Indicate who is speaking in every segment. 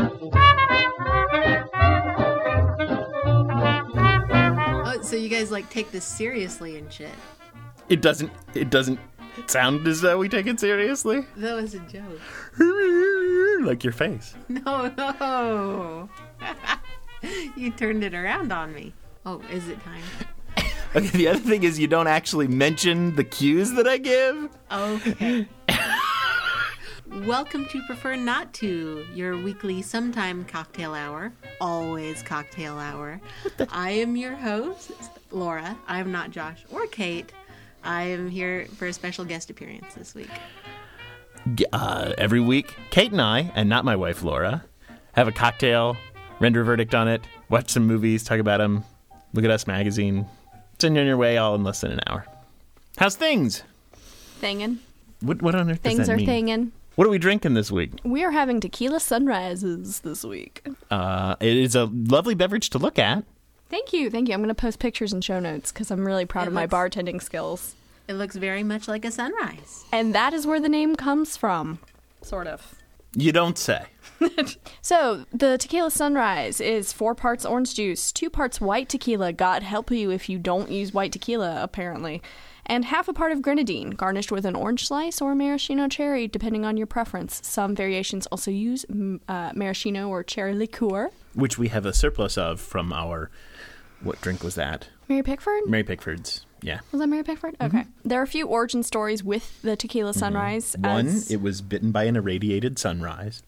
Speaker 1: Oh, So you guys like take this seriously and shit.
Speaker 2: It doesn't. It doesn't sound as though we take it seriously.
Speaker 1: That was a joke.
Speaker 2: like your face.
Speaker 1: No, no. you turned it around on me. Oh, is it time?
Speaker 2: Okay. The other thing is you don't actually mention the cues that I give.
Speaker 1: Okay. Welcome to Prefer Not To, your weekly sometime cocktail hour, always cocktail hour. I am your host, Laura. I am not Josh or Kate. I am here for a special guest appearance this week.
Speaker 2: G- Uh, every week, Kate and I, and not my wife Laura, have a cocktail, render a verdict on it, watch some movies, talk about them, look at Us magazine. Send you on your way all in less than an hour. How's things?
Speaker 3: Thingin'.
Speaker 2: What, what on earth does
Speaker 3: Things
Speaker 2: that
Speaker 3: are
Speaker 2: mean?
Speaker 3: thingin'.
Speaker 2: What are we drinking this week?
Speaker 3: We are having tequila sunrises this week.
Speaker 2: Uh, it is a lovely beverage to look at.
Speaker 3: Thank you, thank you. I'm going to post pictures and show notes because I'm really proud
Speaker 1: It
Speaker 3: of my
Speaker 1: looks-
Speaker 3: bartending skills.
Speaker 1: It looks very much like a sunrise.
Speaker 3: And that is where the name comes from. Sort of.
Speaker 2: You don't say.
Speaker 3: So, the tequila sunrise is four parts orange juice, two parts white tequila, God help you if you don't use white tequila, apparently, and half a part of grenadine, garnished with an orange slice or maraschino cherry, depending on your preference. Some variations also use mm, uh, maraschino or cherry liqueur.
Speaker 2: Which we have a surplus of from our. What drink was that?
Speaker 3: Mary Pickford?
Speaker 2: Mary Pickford's. Yeah.
Speaker 3: Was that Mary Pickford?
Speaker 2: Mm-hmm.
Speaker 3: Okay. There are a few origin stories with the tequila sunrise.
Speaker 2: One,
Speaker 3: as, Mm.
Speaker 2: it was bitten by an irradiated sunrise.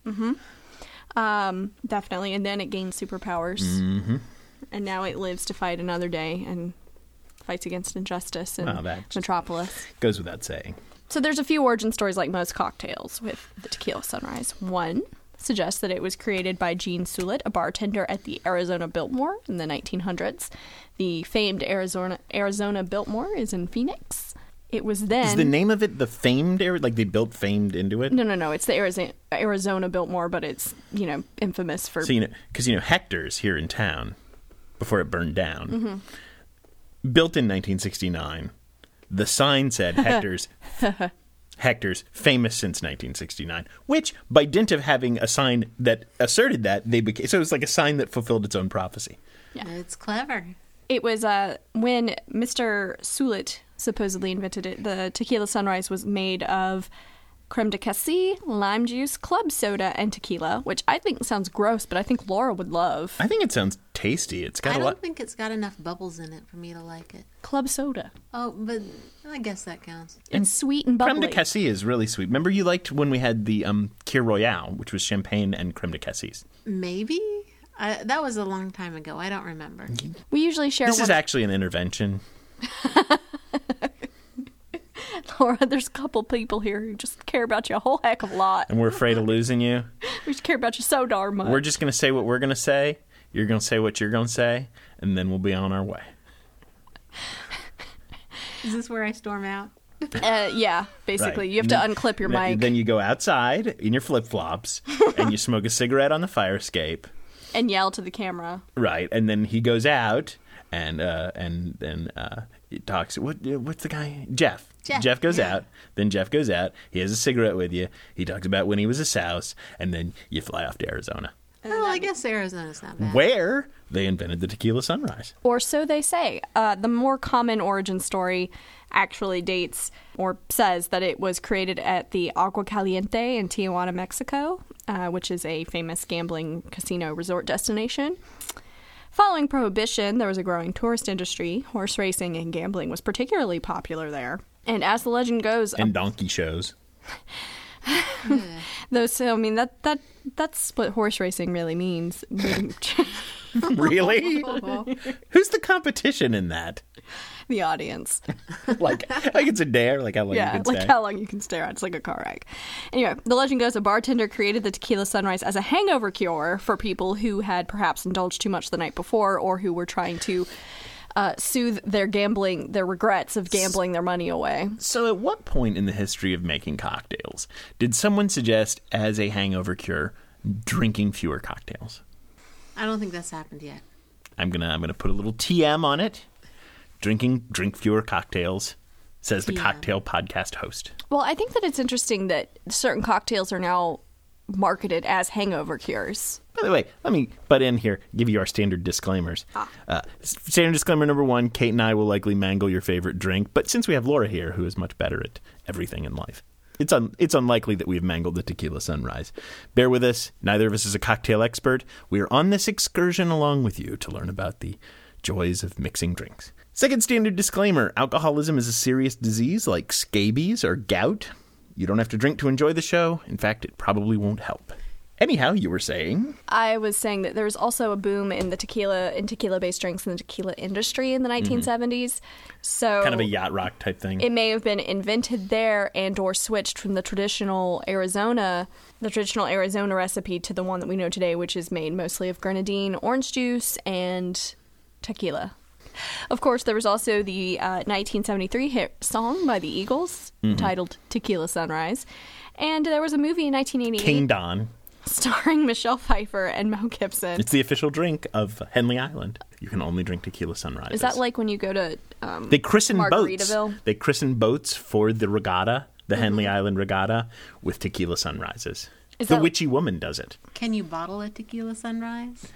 Speaker 3: um, definitely, and then it gained superpowers,
Speaker 2: Mm-hmm.
Speaker 3: and now it lives to fight another day and fights against injustice and
Speaker 2: Wow, that just-
Speaker 3: Metropolis.
Speaker 2: Goes without saying.
Speaker 3: So there's a few origin stories, like most cocktails, with the tequila sunrise. One suggests that it was created by Gene Sulit, a bartender at the Arizona Biltmore in the 1900s. The famed Arizona Arizona Biltmore is in Phoenix. It was then
Speaker 2: Is the name of it the famed area? Like they built famed into it?
Speaker 3: No, no, no. It's the Arizona, Arizona Biltmore, but it's you know infamous for.
Speaker 2: So, you know, because, you know, Hector's here in town before it burned down.
Speaker 3: Mm-hmm.
Speaker 2: Built in 1969. The sign said Hector's. Hector's famous since 1969, which, by dint of having a sign that asserted that, they became so it was like a sign that fulfilled its own prophecy.
Speaker 3: Yeah.
Speaker 1: It's clever.
Speaker 3: It was uh, when Mister Sulit supposedly invented it. The tequila sunrise was made of creme de cassis, lime juice, club soda, and tequila, which I think sounds gross, but I think Laura would love
Speaker 2: I think it sounds tasty. It's
Speaker 1: I
Speaker 2: got a
Speaker 1: don't
Speaker 2: lot.
Speaker 1: think it's got enough bubbles in it for me to like it.
Speaker 3: club soda.
Speaker 1: Oh, but I guess that counts.
Speaker 3: It's sweet and bubbly.
Speaker 2: Creme de cassis is really sweet. Remember, you liked when we had the um, Kir Royale, which was champagne and creme de cassis.
Speaker 1: Maybe? I, that was a long time ago. I don't remember.
Speaker 3: we usually share
Speaker 2: This
Speaker 3: one.
Speaker 2: is actually an intervention.
Speaker 3: Laura, there's a couple people here who just care about you a whole heck of a lot.
Speaker 2: and we're afraid of losing you.
Speaker 3: We just care about you so darn much.
Speaker 2: Oh. We're just going to say what we're going to say. You're going to say what you're going to say, and then we'll be on our way.
Speaker 1: Is this where I storm out?
Speaker 3: Uh, yeah, basically,
Speaker 2: Right.
Speaker 3: you have to
Speaker 2: And
Speaker 3: unclip your
Speaker 2: then-
Speaker 3: mic.
Speaker 2: Then you go outside in your flip flops and you smoke a cigarette on the fire escape.
Speaker 3: and yell to the camera.
Speaker 2: Right. And then he goes out and uh, and then uh, he talks. What what's the guy? Jeff.
Speaker 1: Jeff,
Speaker 2: goes
Speaker 1: yeah.
Speaker 2: out. Then Jeff goes out. He has a cigarette with you. He talks about when he was a souse, and then you fly off to Arizona,
Speaker 3: Uh,
Speaker 1: Well, I guess Arizona's not bad.
Speaker 2: where they invented the tequila sunrise.
Speaker 3: Or so they say. Uh, the more common origin story actually dates or says that it was created at the Agua Caliente in Tijuana, Mexico, uh, which is a famous gambling casino resort destination. Following Prohibition, there was a growing tourist industry. Horse racing and gambling was particularly popular there. And as the legend goes,
Speaker 2: And donkey shows.
Speaker 3: though, so I mean that that that's what horse racing really means.
Speaker 2: really?
Speaker 1: Oh,
Speaker 2: Who's the competition in that?
Speaker 3: the audience.
Speaker 2: Like, like it's a dare. Like how long
Speaker 3: yeah,
Speaker 2: you can
Speaker 3: like
Speaker 2: stay.
Speaker 3: how long you can stare at. It's like a car wreck. Anyway, the legend goes a bartender created the tequila sunrise as a hangover cure for people who had perhaps indulged too much the night before or who were trying to uh, soothe their gambling, their regrets of gambling their money away.
Speaker 2: So, at what point in the history of making cocktails did someone suggest, as a hangover cure, drinking fewer cocktails?
Speaker 1: I don't think that's happened yet.
Speaker 2: I'm gonna I'm gonna put a little TM on it. Drinking drink fewer cocktails, says the
Speaker 1: TM.
Speaker 2: cocktail podcast host.
Speaker 3: Well, I think that it's interesting that certain cocktails are now marketed as hangover cures.
Speaker 2: By the way, let me butt in here, give you our standard disclaimers. Uh, s- standard disclaimer number one Kate and I will likely mangle your favorite drink, but since we have Laura here, who is much better at everything in life, it's, un- it's unlikely that we've mangled the tequila sunrise. Bear with us, neither of us is a cocktail expert. We are on this excursion along with you to learn about the joys of mixing drinks. Second standard disclaimer alcoholism is a serious disease like scabies or gout. You don't have to drink to enjoy the show. In fact, it probably won't help. Anyhow, you were saying.
Speaker 3: I was saying that there's also a boom in the tequila in tequila based drinks in the tequila industry in the 1970s. So
Speaker 2: Mm-hmm. kind of a yacht rock type thing.
Speaker 3: it may have been invented there and or switched from the traditional Arizona the traditional Arizona recipe to the one that we know today which is made mostly of grenadine, orange juice and tequila. Of course, there was also the uh, 1973 hit song by the Eagles
Speaker 2: Mm-hmm.
Speaker 3: titled Tequila Sunrise. And there was a movie in 1988
Speaker 2: King Don.
Speaker 3: starring Michelle Pfeiffer and Mel Gibson.
Speaker 2: It's the official drink of Henley Island. You can only drink tequila sunrise.
Speaker 3: Is that like when you go to? Um,
Speaker 2: they christen boats?
Speaker 3: Margaritaville? Mm-hmm.
Speaker 2: They christen boats for the regatta, the Henley Island regatta, with tequila sunrises.
Speaker 3: Is
Speaker 2: the
Speaker 3: that-
Speaker 2: witchy woman does it.
Speaker 1: Can you bottle a tequila sunrise?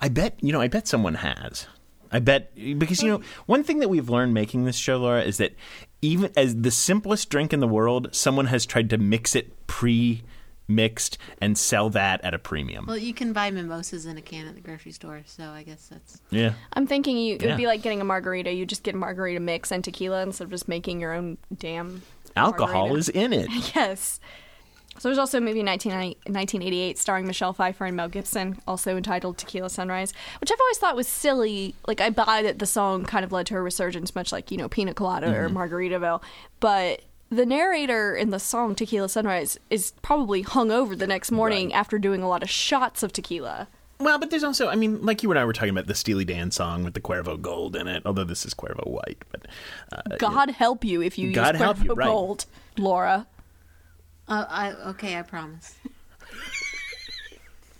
Speaker 2: I bet you know. I bet someone has. I bet because you know one thing that we've learned making this show, Laura, is that even as the simplest drink in the world, someone has tried to mix it pre-mixed and sell that at a premium.
Speaker 1: Well, you can buy mimosas in a can at the grocery store, so I guess that's
Speaker 2: yeah.
Speaker 3: I'm thinking you, it
Speaker 2: Yeah.
Speaker 3: would be like getting a margarita. You just get a margarita mix and tequila instead of just making your own damn
Speaker 2: Alcohol
Speaker 3: margarita.
Speaker 2: is in it.
Speaker 3: yes. So there's also a movie in 19, 1988 starring Michelle Pfeiffer and Mel Gibson, also entitled Tequila Sunrise, which I've always thought was silly. Like I buy that the song kind of led to a resurgence, much like you know Pina Colada or
Speaker 2: Mm-hmm.
Speaker 3: Margaritaville, but. The narrator in the song Tequila Sunrise is probably hung over the next morning after doing a lot of shots of tequila.
Speaker 2: Well, but there's also, I mean, like you and I were talking about the Steely Dan song with the Cuervo Gold in it, although this is Cuervo White, but uh,
Speaker 3: God help you if you use
Speaker 2: God help
Speaker 3: Cuervo
Speaker 2: you, right.
Speaker 3: Gold, Laura.
Speaker 1: uh, I, okay. I promise.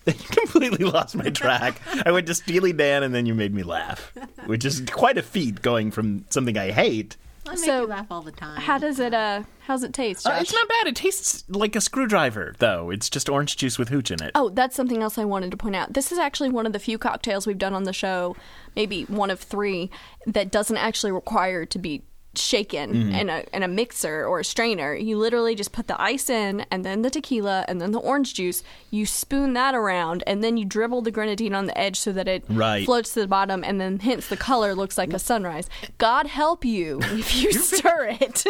Speaker 2: you completely lost my track. I went to Steely Dan and then you made me laugh, which is quite a feat going from something I hate.
Speaker 1: I make
Speaker 3: So,
Speaker 1: you laugh all the time.
Speaker 3: How does it? Uh, how's it taste?
Speaker 2: Uh,
Speaker 3: Josh?
Speaker 2: it's not bad. It tastes like a screwdriver, though. It's just orange juice with hooch in it.
Speaker 3: Oh, that's something else I wanted to point out. This is actually one of the few cocktails we've done on the show, maybe one of three, that doesn't actually require to be shaken
Speaker 2: Mm-hmm.
Speaker 3: in, a, in a mixer or a strainer. You literally just put the ice in, and then the tequila, and then the orange juice. You spoon that around, and then you dribble the grenadine on the edge so that it
Speaker 2: Right.
Speaker 3: floats to the bottom, and then hence the color looks like a sunrise. God help you if you stir it.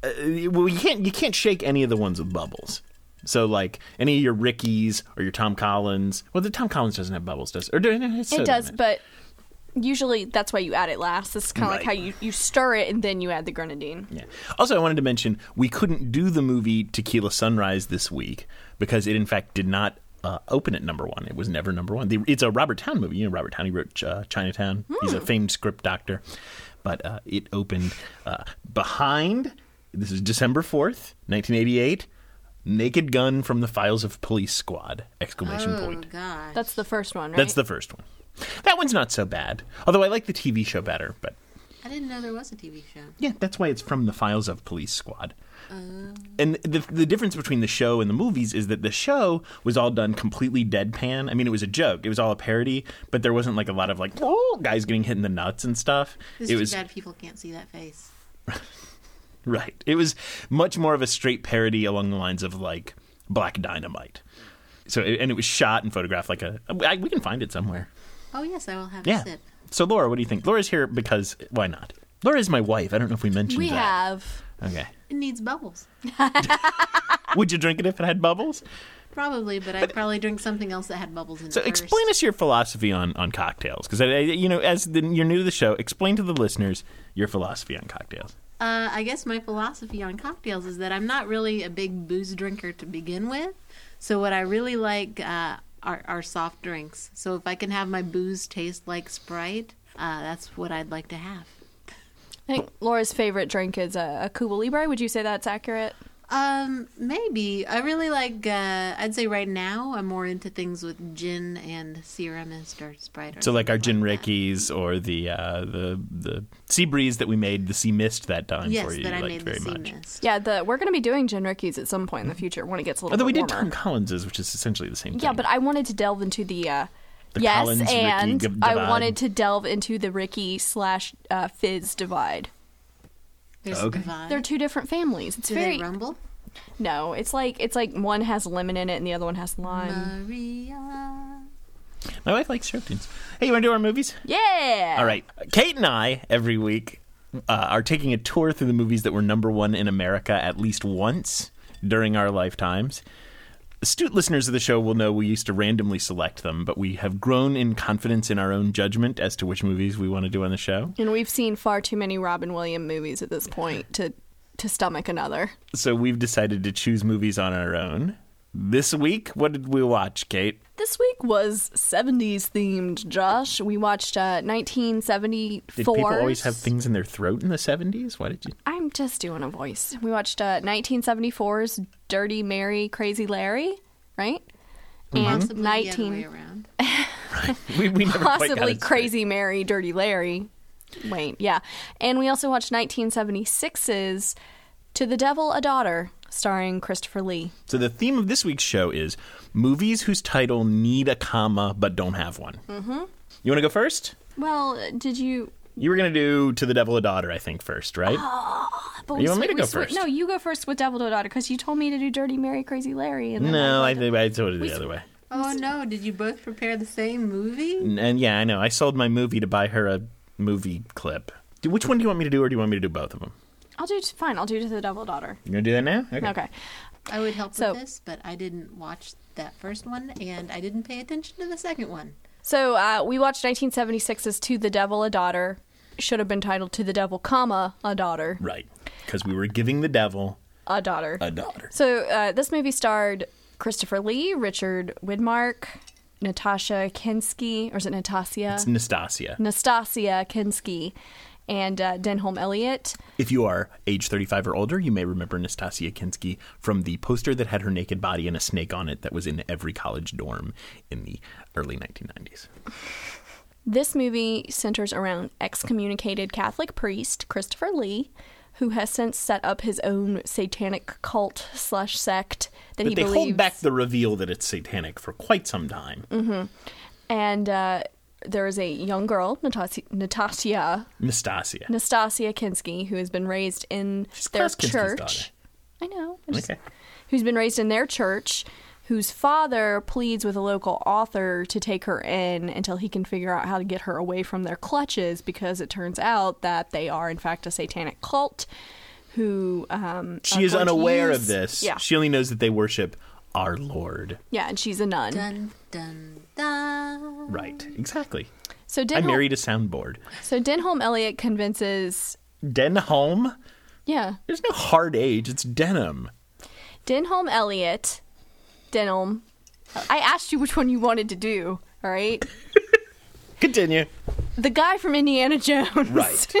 Speaker 2: Uh, well, you can't you can't shake any of the ones with bubbles. So, like any of your Rickies or your Tom Collins. Well, the Tom Collins doesn't have bubbles, does it? Or,
Speaker 3: it does, but usually that's why you add it last. This is kind of
Speaker 2: Right.
Speaker 3: like how you, you stir it and then you add the grenadine.
Speaker 2: Yeah. Also, I wanted to mention we couldn't do the movie Tequila Sunrise this week because it, in fact, did not uh, open at number one. It was never number one. The, it's a Robert Towne movie. You know, Robert Towne, he wrote uh, Chinatown. He's a famed script doctor. But uh, it opened uh, behind, this is December 4th, 1988, Naked Gun from the Files of Police Squad! Exclamation
Speaker 1: Oh
Speaker 2: point.
Speaker 1: gosh.
Speaker 3: That's the first one, Oh, right?
Speaker 2: That's the first one. That one's not so bad. Although I like the TV show better, but
Speaker 1: I didn't know there was a TV show.
Speaker 2: yeah, that's why it's from the files of Police Squad.
Speaker 3: Oh.
Speaker 2: And the the difference between the show and the movies is that the show was all done completely deadpan. I mean, it was a joke. It was all a parody, but there wasn't like a lot of like oh guys getting hit in the nuts and stuff.
Speaker 1: It's
Speaker 2: it
Speaker 1: too
Speaker 2: was
Speaker 1: bad people can't see that face.
Speaker 2: right. It was much more of a straight parody along the lines of like Black Dynamite. So and it was shot and photographed like a I, we can find it somewhere.
Speaker 1: Oh yes, I will have
Speaker 2: Yeah.
Speaker 1: a sip.
Speaker 2: So Laura, what do you think? Laura's here because why not? Laura is my wife. I don't know if we mentioned
Speaker 3: we
Speaker 2: that.
Speaker 3: have.
Speaker 2: Okay.
Speaker 1: It needs bubbles,
Speaker 2: Would you drink it if it had bubbles?
Speaker 1: probably, but I'd probably drink something else that had bubbles in
Speaker 2: So
Speaker 1: it. first.
Speaker 2: explain us your philosophy on on cocktails, because I, I- you know, as the, you're new to the show, explain to the listeners your philosophy on cocktails.
Speaker 1: Uh, I guess my philosophy on cocktails is that I'm not really a big booze drinker to begin with. So what I really like uh, are, are soft drinks. So if I can have my booze taste like Sprite, uh, that's what I'd like to have.
Speaker 3: I think Laura's favorite drink is a, a Cuba Libre. Would you say that's accurate?
Speaker 1: Um, maybe. I really like, uh, I'd say right now I'm more into things with gin and serum and stir sprite. or
Speaker 2: So like our
Speaker 1: something
Speaker 2: gin
Speaker 1: that.
Speaker 2: reikis or the uh, the the sea breeze that we made, the sea mist that time
Speaker 1: Yes,
Speaker 2: for you
Speaker 1: that I
Speaker 2: liked
Speaker 1: made
Speaker 2: very
Speaker 1: the sea
Speaker 2: much.
Speaker 1: mist.
Speaker 3: Yeah, the we're going to be doing Jinrikis at some point in the future when it gets a little
Speaker 2: Although we did
Speaker 3: bit
Speaker 2: Tom
Speaker 3: warmer.
Speaker 2: Collins's, which is essentially the same thing.
Speaker 3: yeah, but I wanted to delve into the. Uh,
Speaker 2: The
Speaker 3: yes,
Speaker 2: Collins, Ricky,
Speaker 3: and
Speaker 2: Gav-
Speaker 3: I
Speaker 2: divide.
Speaker 3: wanted to delve into the Ricky slash uh, Fizz divide.
Speaker 1: There's
Speaker 2: Okay.
Speaker 1: divide.
Speaker 3: They're two different families. It's
Speaker 1: Do
Speaker 3: very
Speaker 1: they rumble?
Speaker 3: no. It's like it's like one has lemon in it and the other one has lime.
Speaker 1: Maria.
Speaker 2: my wife likes sharptons. Hey, you want to do our movies?
Speaker 3: yeah.
Speaker 2: All right. Kate and I, every week, uh, are taking a tour through the movies that were number one in America at least once during our lifetimes. Astute listeners of the show will know we used to randomly select them, but we have grown in confidence in our own judgment as to which movies we want to do on the show.
Speaker 3: And we've seen far too many Robin Williams movies at this point to to stomach another.
Speaker 2: So we've decided to choose movies on our own. This week, what did we watch, Kate?
Speaker 3: This week was 70s themed, Josh. We watched uh,
Speaker 2: Did
Speaker 3: 1974.
Speaker 2: people always have things in their throat in the 70s? Why did you?
Speaker 3: I'm just doing a voice. We watched uh, 1974's Dirty Mary, Crazy Larry, right? And
Speaker 1: Possibly the other
Speaker 3: 19
Speaker 1: way around.
Speaker 2: We, we never quite got
Speaker 3: possibly
Speaker 2: it straight.
Speaker 3: Crazy Mary, Dirty Larry. Wait, yeah. And we also watched 1976's To the Devil a Daughter, starring Christopher Lee.
Speaker 2: So the theme of this week's show is movies whose title need a comma but don't have one. Mm-hmm. You want to go first?
Speaker 3: Well, did you
Speaker 2: You were going to do "To the Devil a Daughter," I think, first, right?
Speaker 3: But
Speaker 2: You
Speaker 3: we
Speaker 2: want me
Speaker 3: swi-
Speaker 2: to
Speaker 3: we
Speaker 2: go
Speaker 3: swi-
Speaker 2: first?
Speaker 3: No, you go first with Devil to a Daughter because you told me to do Dirty Mary, Crazy Larry. And then
Speaker 2: no, I
Speaker 3: went
Speaker 2: think I told it the
Speaker 3: sw-
Speaker 2: other way.
Speaker 1: Oh no, did you both prepare the same movie?
Speaker 2: And, and yeah, I know. I sold my movie to buy her a movie clip. Do- Which one do you want me to do, or do you want me to do both of them?
Speaker 3: to- I'll do fine. I'll do to the Devil Daughter.
Speaker 2: You going to do that now? Okay.
Speaker 3: Okay.
Speaker 1: I would help
Speaker 3: So-
Speaker 1: with this, but I didn't watch that first one and I didn't pay attention to the second one.
Speaker 3: So uh, we watched 1976's To the Devil a Daughter. Should have been titled To the Devil, comma a Daughter,
Speaker 2: Right, because we were giving the devil
Speaker 3: a Daughter.
Speaker 2: a daughter.
Speaker 3: so uh, this movie starred Christopher Lee, Richard Widmark, Natasha Kinski, or is it Natasha?
Speaker 2: It's Nastasia.
Speaker 3: Nastasia Kinski, and uh, Denholm Elliott.
Speaker 2: If you are age 35 or older, you may remember Nastasia Kinski from the poster that had her naked body and a snake on it that was in every college dorm in the early 1990s.
Speaker 3: This movie centers around excommunicated Catholic priest Christopher Lee, who has since set up his own satanic cult slash sect that
Speaker 2: But
Speaker 3: he
Speaker 2: they
Speaker 3: believes. Mm.
Speaker 2: hold back the reveal that it's satanic for quite some time.
Speaker 3: and uh, there is a young girl, Natasha, Natasha
Speaker 2: Nastasia.
Speaker 3: Nastasia Kinski, who has been raised in
Speaker 2: She's
Speaker 3: their
Speaker 2: Klaus Kinski's
Speaker 3: church. I know. I just-
Speaker 2: Okay.
Speaker 3: Who's been raised in their church, whose father pleads with a local author to take her in until he can figure out how to get her away from their clutches because it turns out that they are, in fact, a satanic cult who. Um,
Speaker 2: she
Speaker 3: are
Speaker 2: is
Speaker 3: going to
Speaker 2: unaware
Speaker 3: use-
Speaker 2: of this.
Speaker 3: Yeah.
Speaker 2: She only knows that they worship our Lord.
Speaker 3: yeah, and she's a nun.
Speaker 1: Dun dun dun.
Speaker 2: Right. Exactly.
Speaker 3: So
Speaker 2: I
Speaker 3: Denholm,
Speaker 2: married a soundboard.
Speaker 3: so Denholm Elliot convinces.
Speaker 2: Denholm?
Speaker 3: Yeah.
Speaker 2: There's no hard age. It's denim.
Speaker 3: Denholm Elliot. Denholm. I asked you which one you wanted to do, all right?
Speaker 2: Continue.
Speaker 3: the guy from Indiana Jones
Speaker 2: Right.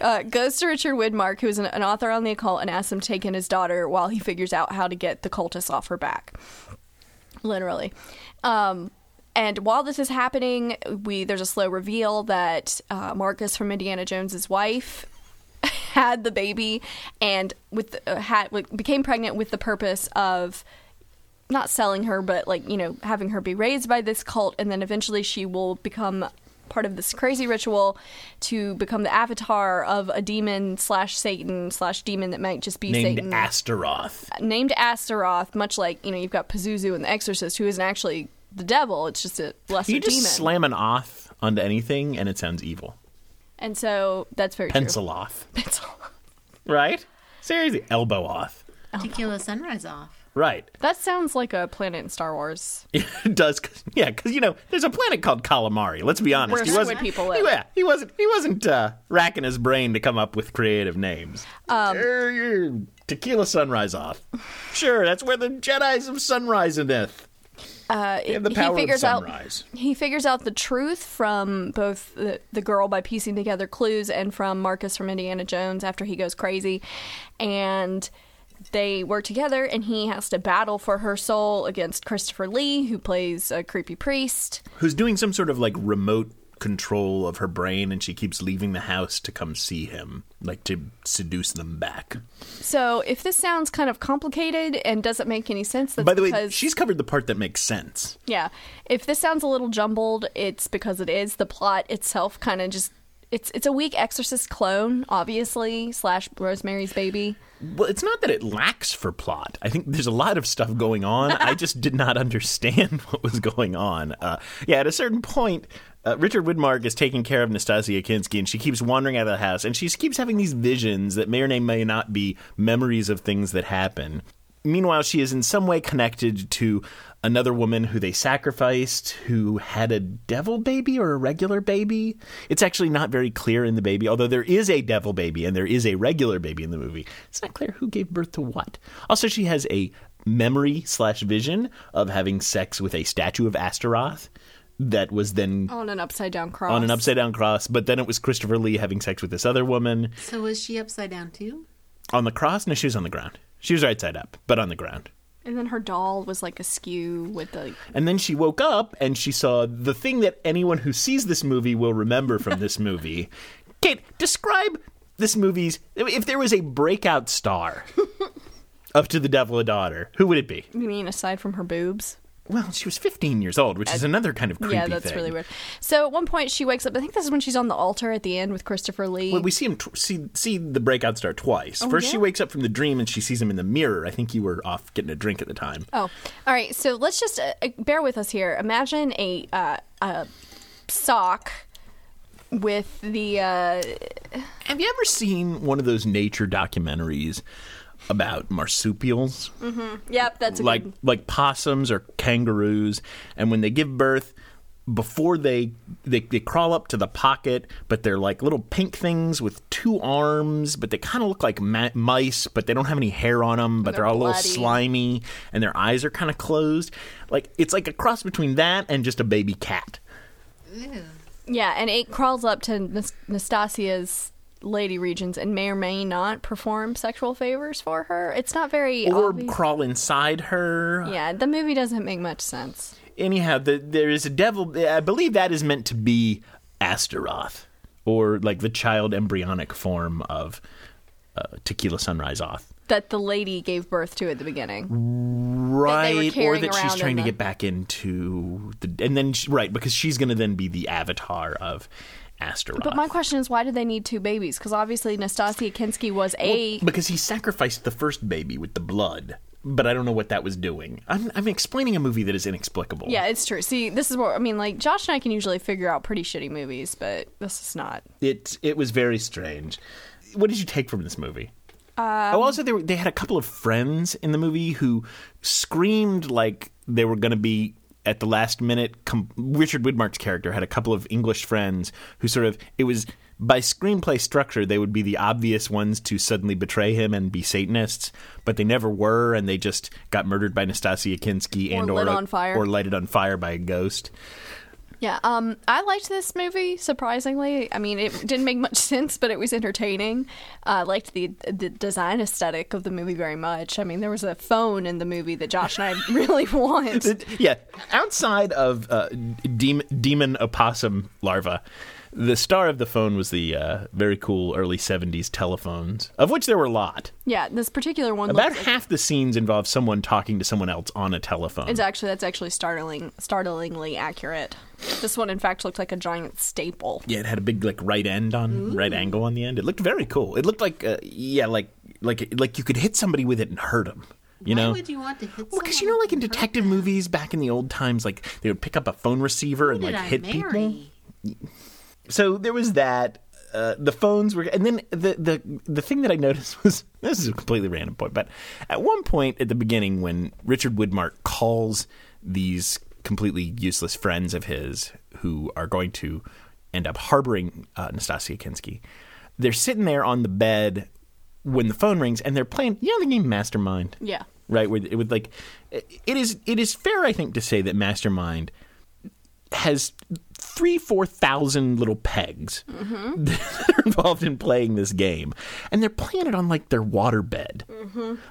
Speaker 3: uh, goes to Richard Widmark, who is an, an author on the occult, and asks him to take in his daughter while he figures out how to get the cultists off her back. Literally. Um, and while this is happening, we there's a slow reveal that uh, Marcus from Indiana Jones's wife had the baby and with uh, had like, became pregnant with the purpose of not selling her, but like you know, having her be raised by this cult, and then eventually she will become part of this crazy ritual to become the avatar of a demon slash Satan slash demon that might just be
Speaker 2: Named
Speaker 3: Satan
Speaker 2: Astaroth.
Speaker 3: named Astaroth, much like you know you've got Pazuzu in The Exorcist, who isn't actually the devil; it's just a lesser
Speaker 2: You just
Speaker 3: demon.
Speaker 2: slam an oth onto anything and it sounds evil.
Speaker 3: and so that's very
Speaker 2: Pencil off.
Speaker 3: true. Pencil.
Speaker 2: Right? Seriously. Elbow off.
Speaker 1: To kill a sunrise off.
Speaker 2: Right.
Speaker 3: That sounds like a planet in Star Wars.
Speaker 2: It does, 'cause- yeah, because you know there's a planet called Calamari. Let's be honest,
Speaker 3: Where
Speaker 2: he wasn't.
Speaker 3: squid people
Speaker 2: he-
Speaker 3: live.
Speaker 2: yeah, he wasn't. He wasn't uh, racking his brain to come up with creative names.
Speaker 3: Um,
Speaker 2: Er, tequila sunrise off. Sure, that's where the Jedi's of sunrise and death.
Speaker 3: Uh,
Speaker 2: have the power of
Speaker 3: he figures
Speaker 2: sunrise.
Speaker 3: out he figures out the truth from both the, the girl by piecing together clues and from Marcus from Indiana Jones after he goes crazy, and They work together, and he has to battle for her soul against Christopher Lee, who plays a creepy priest.
Speaker 2: Who's doing some sort of like remote control of her brain and she keeps leaving the house to come see him, like to seduce them back.
Speaker 3: So, if this sounds kind of complicated and doesn't make any sense, that's
Speaker 2: By the way,
Speaker 3: because
Speaker 2: she's covered the part that makes sense.
Speaker 3: yeah, if this sounds a little jumbled, it's because it is. The plot itself kind of just it's it's a weak Exorcist clone, obviously slash Rosemary's Baby.
Speaker 2: Well, it's not that it lacks for plot. I think there's a lot of stuff going on. I just did not understand what was going on. Uh, yeah, at a certain point, uh, Richard Widmark is taking care of Nastasia Kinski, and she keeps wandering out of the house, and she keeps having these visions that may or may not be memories of things that happen. Meanwhile, she is in some way connected to another woman who they sacrificed, who had a devil baby or a regular baby. It's actually not very clear in the baby, although there is a devil baby and there is a regular baby in the movie. It's not clear who gave birth to what. Also, she has a memory slash vision of having sex with a statue of Astaroth that was then
Speaker 3: On an upside down cross.
Speaker 2: on an upside down cross, but then it was Christopher Lee having sex with this other woman
Speaker 1: So was she upside down too?
Speaker 2: on the cross. No, she was on the ground. She was right side up, but on the ground.
Speaker 3: And then her doll was like askew with the
Speaker 2: And then she woke up and she saw the thing that anyone who sees this movie will remember from this movie. Kate, describe this movie's. If there was a breakout star up to the devil a daughter, who would it be?
Speaker 3: You mean aside from her boobs?
Speaker 2: Well, she was 15 years old, which is another kind of creepy
Speaker 3: yeah, that's
Speaker 2: thing.
Speaker 3: really weird. So at one point she wakes up. I think this is when she's on the altar at the end with Christopher Lee.
Speaker 2: Well, we see him tw- see see the breakout star twice. First, she
Speaker 3: Oh, yeah?
Speaker 2: wakes up from the dream and she sees him in the mirror. I think you were off getting a drink at the time.
Speaker 3: oh, all right. So let's just uh, uh, bear with us here. Imagine a uh, a sock with the uh,
Speaker 2: Have you ever seen one of those nature documentaries about marsupials?
Speaker 3: yep. That's a
Speaker 2: like
Speaker 3: good,
Speaker 2: like possums or kangaroos and when they give birth before they, they they crawl up to the pocket but they're like little pink things with two arms but they kind of look like ma- mice but they don't have any hair on them but they're,
Speaker 3: they're
Speaker 2: all a
Speaker 3: bloody.
Speaker 2: little slimy and their eyes are kind of closed like it's like a cross between that and just a baby cat
Speaker 1: Ew.
Speaker 3: yeah. And it crawls up to Nas- Nastasia's lady regions and may or may not perform sexual favors for her. It's not very
Speaker 2: or
Speaker 3: obvious.
Speaker 2: crawl inside her
Speaker 3: yeah. The movie doesn't make much sense.
Speaker 2: anyhow, the, there is a devil. I believe that is meant to be Astaroth, or like the child embryonic form of uh, Tequila Sunrise Oth.
Speaker 3: That the lady gave birth to at the beginning. they were
Speaker 2: Right, or
Speaker 3: carrying
Speaker 2: that
Speaker 3: around
Speaker 2: she's
Speaker 3: in
Speaker 2: trying to
Speaker 3: the-
Speaker 2: get back into the, and then she, right because she's going to then be the avatar of Astaroth.
Speaker 3: But my question is, why did they need two babies? Because obviously Nastasia Kinski was a.
Speaker 2: because he sacrificed the first baby with the blood, but I don't know what that was doing. I'm, I'm explaining a movie that is inexplicable.
Speaker 3: yeah, it's true. See, this is what I mean. Like Josh and I can usually figure out pretty shitty movies, but this is not.
Speaker 2: it it was very strange. What did you take from this movie?
Speaker 3: Um,
Speaker 2: oh, also they were, they had a couple of friends in the movie who screamed like they were going to be at the last minute. Com- Richard Widmark's character had a couple of English friends who sort of it was by screenplay structure they would be the obvious ones to suddenly betray him and be Satanists, but they never were, and they just got murdered by Nastasia Kinski and
Speaker 3: lit on fire.
Speaker 2: or lighted on fire by a ghost.
Speaker 3: Yeah. Um, I liked this movie surprisingly. I mean, it didn't make much sense, but it was entertaining. Uh, I liked the the design aesthetic of the movie very much. I mean, there was a phone in the movie that Josh and I really want.
Speaker 2: It- yeah, outside of uh, dem- demon opossum larva, the star of the phone was the uh, very cool early 70s telephones, of which there were a lot.
Speaker 3: Yeah, this particular one.
Speaker 2: About
Speaker 3: looks like-
Speaker 2: half the scenes involve someone talking to someone else on a telephone.
Speaker 3: It's actually that's actually startling, startlingly accurate. This one, in fact, looked like a giant staple.
Speaker 2: Yeah, it had a big like right end on right angle on the end. It looked very cool. It looked like uh, yeah, like like like you could hit somebody with it and hurt them. You
Speaker 1: Why
Speaker 2: know,
Speaker 1: would you want to hit?
Speaker 2: Well, because you know, like in detective movies back in the old times, like they would pick up a phone receiver and
Speaker 1: did
Speaker 2: like
Speaker 1: I
Speaker 2: hit
Speaker 1: marry?
Speaker 2: people. so there was that. Uh, the phones were, and then the the the thing that I noticed was this is a completely random point, but at one point at the beginning when Richard Widmark calls these completely useless friends of his who are going to end up harboring uh, Nastasia Kinski, they're sitting there on the bed when the phone rings and they're playing you know the game Mastermind
Speaker 3: Yeah.
Speaker 2: right where it would like it is it is fair I think to say that Mastermind has three, 4,000 little pegs that are involved in playing this game. And they're playing it on like their waterbed.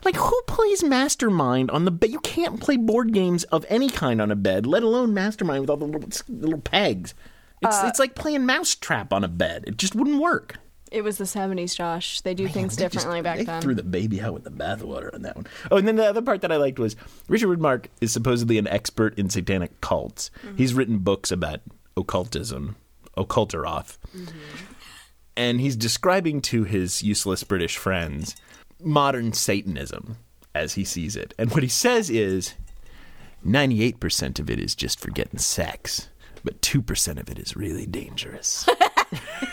Speaker 2: Like, who plays Mastermind on the bed? You can't play board games of any kind on a bed, let alone Mastermind with all the little, little pegs. It's, it's like playing Mousetrap on a bed. It just wouldn't work.
Speaker 3: It was the 70s, Josh. They do things
Speaker 2: They just-
Speaker 3: differently back
Speaker 2: they
Speaker 3: then.
Speaker 2: Threw the baby out with the bathwater on that one. Oh, and then the other part that I liked was Richard Widmark is supposedly an expert in satanic cults.
Speaker 3: Mm-hmm.
Speaker 2: He's written books about occultism, occultaroth,
Speaker 3: Mm-hmm.
Speaker 2: and he's describing to his useless British friends modern Satanism as he sees it. And what he says is, ninety-eight percent of it is just for getting sex, but two percent of it is really dangerous.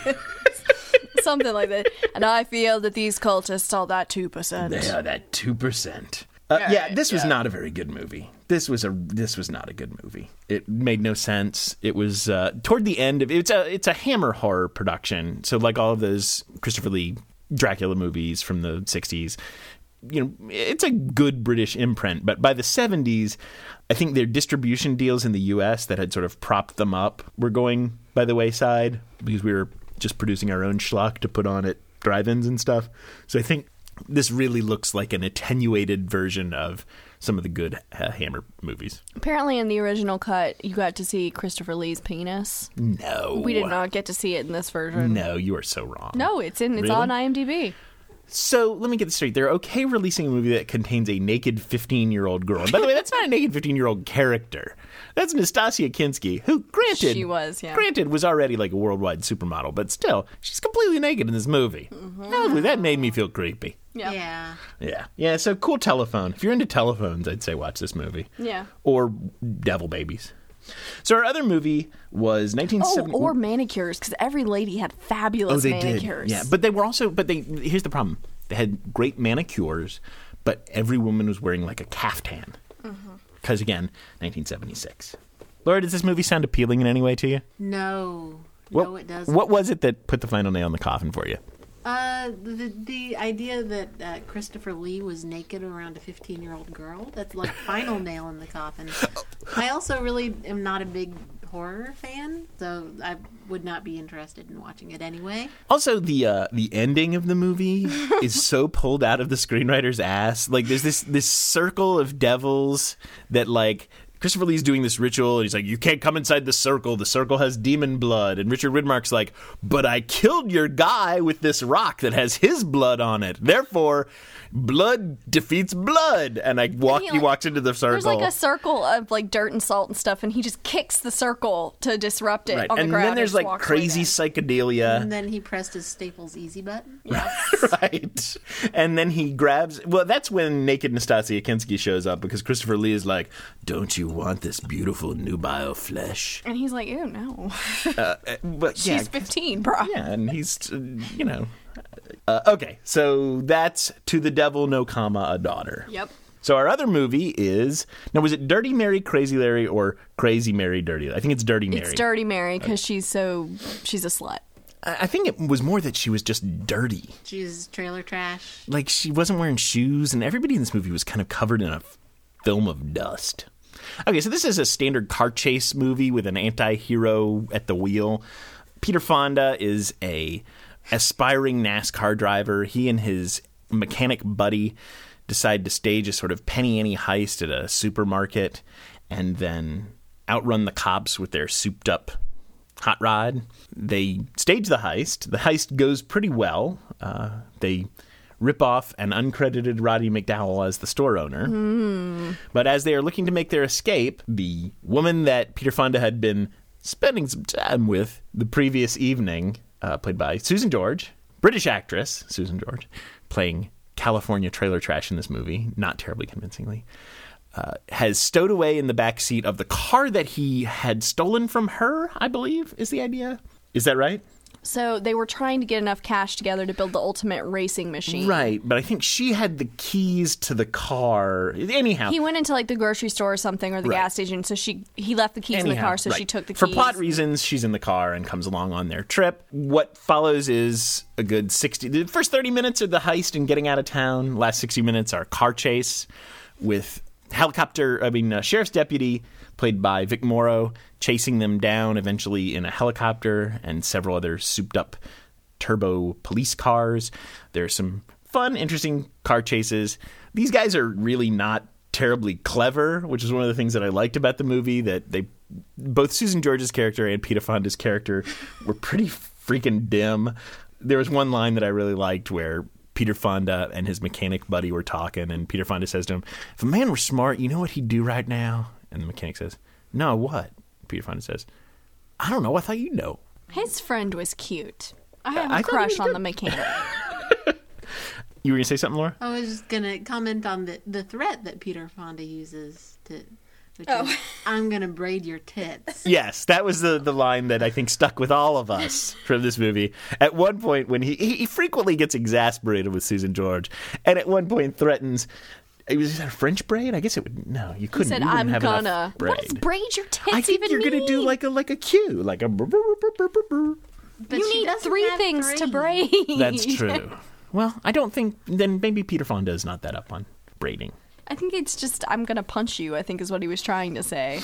Speaker 3: Something like that. And I feel that these cultists saw that 2%.
Speaker 2: Yeah, that two percent. Uh, yeah,
Speaker 3: right,
Speaker 2: this was
Speaker 3: yeah.
Speaker 2: not a very good movie. This was a this was not a good movie. It made no sense. It was uh, toward the end of it's a it's a Hammer horror production. So like all of those Christopher Lee Dracula movies from the '60s, you know, it's a good British imprint. But by the '70s, I think their distribution deals in the U.S. that had sort of propped them up were going by the wayside because we were just producing our own schlock to put on at drive-ins and stuff. So I think this really looks like an attenuated version of some of the good uh, Hammer movies.
Speaker 3: Apparently, in the original cut, you got to see Christopher Lee's penis.
Speaker 2: No,
Speaker 3: We did not get to see it in this version.
Speaker 2: No, you are so wrong.
Speaker 3: No, it's in. It's
Speaker 2: Really?
Speaker 3: on IMDb.
Speaker 2: So let me get this straight. They're okay releasing a movie that contains a naked 15 year old girl. And by the way, that's not a naked 15 year old character. That's Nastasia Kinski, who, granted,
Speaker 3: She was, yeah.
Speaker 2: granted, was already like a worldwide supermodel, but still, she's completely naked in this movie.
Speaker 3: Mm-hmm.
Speaker 2: No, that made me feel creepy.
Speaker 3: Yeah.
Speaker 1: Yeah.
Speaker 2: Yeah. Yeah, so cool telephone. If you're into telephones, I'd say watch this movie.
Speaker 3: Yeah.
Speaker 2: Or Devil Babies. So our other movie was 1970.
Speaker 3: Oh, or manicures, because every lady had fabulous manicures.
Speaker 2: Yeah, but Oh, they were also but they here's the problem. They had great manicures, but every woman was wearing like a caftan.
Speaker 3: Mm-hmm.
Speaker 2: Because again, 1976. Laura, does this movie sound appealing in any way to you?
Speaker 1: No. no, it doesn't.
Speaker 2: What was it that put the final nail in the coffin for you?
Speaker 1: Uh, the, the idea that uh, Christopher Lee was naked around a 15 year old girl, that's like final nail in the coffin. I also really am not a big horror fan, so I would not be interested in watching it anyway.
Speaker 2: Also, the uh, the ending of the movie is so pulled out of the screenwriter's ass. Like, there's this this circle of devils that like. Christopher Lee's doing this ritual, and he's like, "You can't come inside the circle. The circle has demon blood." And Richard Widmark's like, "But I killed your guy with this rock that has his blood on it. Therefore, blood defeats blood." And I walk.
Speaker 3: he,
Speaker 2: He,
Speaker 3: like-
Speaker 2: walks into the circle.
Speaker 3: There's like a circle of like dirt and salt and stuff, and he just kicks the circle to disrupt it
Speaker 2: right,
Speaker 3: on the
Speaker 2: and
Speaker 3: ground.
Speaker 2: then there's
Speaker 3: just
Speaker 2: like
Speaker 3: walks right
Speaker 2: crazy
Speaker 3: in.
Speaker 2: psychedelia.
Speaker 1: And then he pressed his Staples easy button.
Speaker 2: right. And then he grabs. Well, that's when naked Nastasia Kinski shows up because Christopher Lee is like, "Don't you want this beautiful nubile flesh?"
Speaker 3: And he's like, "Ew, no."
Speaker 2: Uh, but yeah,
Speaker 3: She's 15, bro.
Speaker 2: yeah, and he's uh, you know, uh, okay. So that's to the devil, no comma, a daughter.
Speaker 3: Yep.
Speaker 2: So our other movie is now was it Dirty Mary, Crazy Larry, or Crazy Mary, Dirty? I think it's Dirty Mary.
Speaker 3: It's Dirty Mary because she's so she's a slut.
Speaker 2: I I think it was more that she was just dirty.
Speaker 1: She's trailer trash.
Speaker 2: like she wasn't wearing shoes and everybody in this movie was kind of covered in a f- film of dust okay so this is a standard car chase movie with an anti-hero at the wheel peter fonda is a aspiring nascar driver he and his mechanic buddy decide to stage a sort of penny ante heist at a supermarket and then outrun the cops with their souped up hot rod. They stage the heist. The heist goes pretty well. Uh, they rip off an uncredited Roddy McDowell as the store owner. But as they are looking to make their escape, the woman that Peter Fonda had been spending some time with the previous evening, uh, played by Susan George, British actress Susan George, playing California trailer trash in this movie, not terribly convincingly, uh, has stowed away in the back seat of the car that he had stolen from her. I believe is the idea. Is that right?
Speaker 3: So they were trying to get enough cash together to build the ultimate racing machine.
Speaker 2: Right, but I think she had the keys to the car. Anyhow,
Speaker 3: He went into like the grocery store or something or the
Speaker 2: Right.
Speaker 3: gas station, so she he left the keys in the
Speaker 2: Anyhow,
Speaker 3: car, so she
Speaker 2: right.
Speaker 3: took the
Speaker 2: For
Speaker 3: keys.
Speaker 2: plot reasons, she's in the car and comes along on their trip. What follows is a good 60. The first 30 minutes are the heist and getting out of town. Last 60 minutes are car chase with helicopter, I mean, uh, sheriff's deputy, played by Vic Morrow, chasing them down eventually in a helicopter and several other souped up turbo police cars. There's some fun, interesting car chases. These guys are really not terribly clever, which is one of the things that I liked about the movie that they both Susan George's character and Peter Fonda's character were pretty freaking dim. There was one line that I really liked where Peter Fonda and his mechanic buddy were talking, and Peter Fonda says to him, If a man were smart, you know what he'd do right now? And the mechanic says, No, what? Peter Fonda says, I don't know. I thought you know.
Speaker 3: His friend was cute. I have a
Speaker 2: I thought he
Speaker 3: crush
Speaker 2: was
Speaker 3: on
Speaker 2: good.
Speaker 3: the mechanic.
Speaker 2: You were going to say something, Laura?
Speaker 1: I was just gonna comment on the the threat that Peter Fonda uses to, which
Speaker 3: Oh.
Speaker 1: is, "I'm gonna braid your tits."
Speaker 2: Yes, that was the, the line that I think stuck with all of us from this movie. At one point, when he, he he frequently gets exasperated with Susan George, and at one point threatens. It was that a French braid? I guess it would. No, you couldn't.
Speaker 3: said,
Speaker 2: you wouldn't
Speaker 3: "I'm
Speaker 2: have enough
Speaker 3: gonna."
Speaker 2: braid.
Speaker 3: What does braid your tits
Speaker 2: I think
Speaker 3: even
Speaker 2: you're gonna do
Speaker 3: mean?
Speaker 2: like a like a cue, like a. brr, brr, brr, brr, brr, brr.
Speaker 1: But
Speaker 3: you
Speaker 1: she
Speaker 3: need
Speaker 1: doesn't
Speaker 3: three
Speaker 1: have
Speaker 3: things to braid.
Speaker 2: That's true. well, I don't think then maybe Peter Fonda is not that up on braiding.
Speaker 3: I think it's just I'm gonna punch you. I think is what he was trying to say,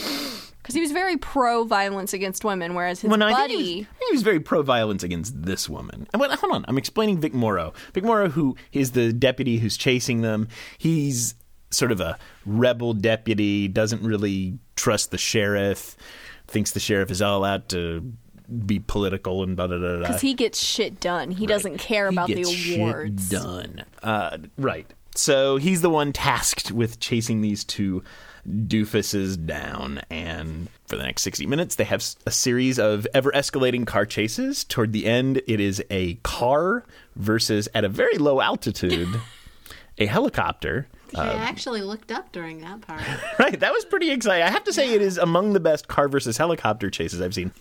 Speaker 3: because he was very pro violence against women, whereas his
Speaker 2: Well, no, I think he,
Speaker 3: buddy.
Speaker 2: was, I think he was very pro violence against this woman. And wait, hold on, I'm explaining Vic Morrow. Vic Morrow, who is the deputy who's chasing them, he's sort of a rebel deputy, doesn't really trust the sheriff, thinks the sheriff is all out to be political and blah, blah, blah, blah.
Speaker 3: Because he gets shit done. He doesn't care
Speaker 2: He
Speaker 3: about
Speaker 2: gets
Speaker 3: the
Speaker 2: shit
Speaker 3: awards.
Speaker 2: done. Uh, right. So he's the one tasked with chasing these two doofuses down, and for the next sixty minutes, they have s- a series of ever escalating car chases. Toward the end, it is a car versus at a very low altitude. A helicopter,
Speaker 1: I actually looked up during that part.
Speaker 2: right? That was pretty exciting. I have to say, it is among the best car versus helicopter chases I've seen.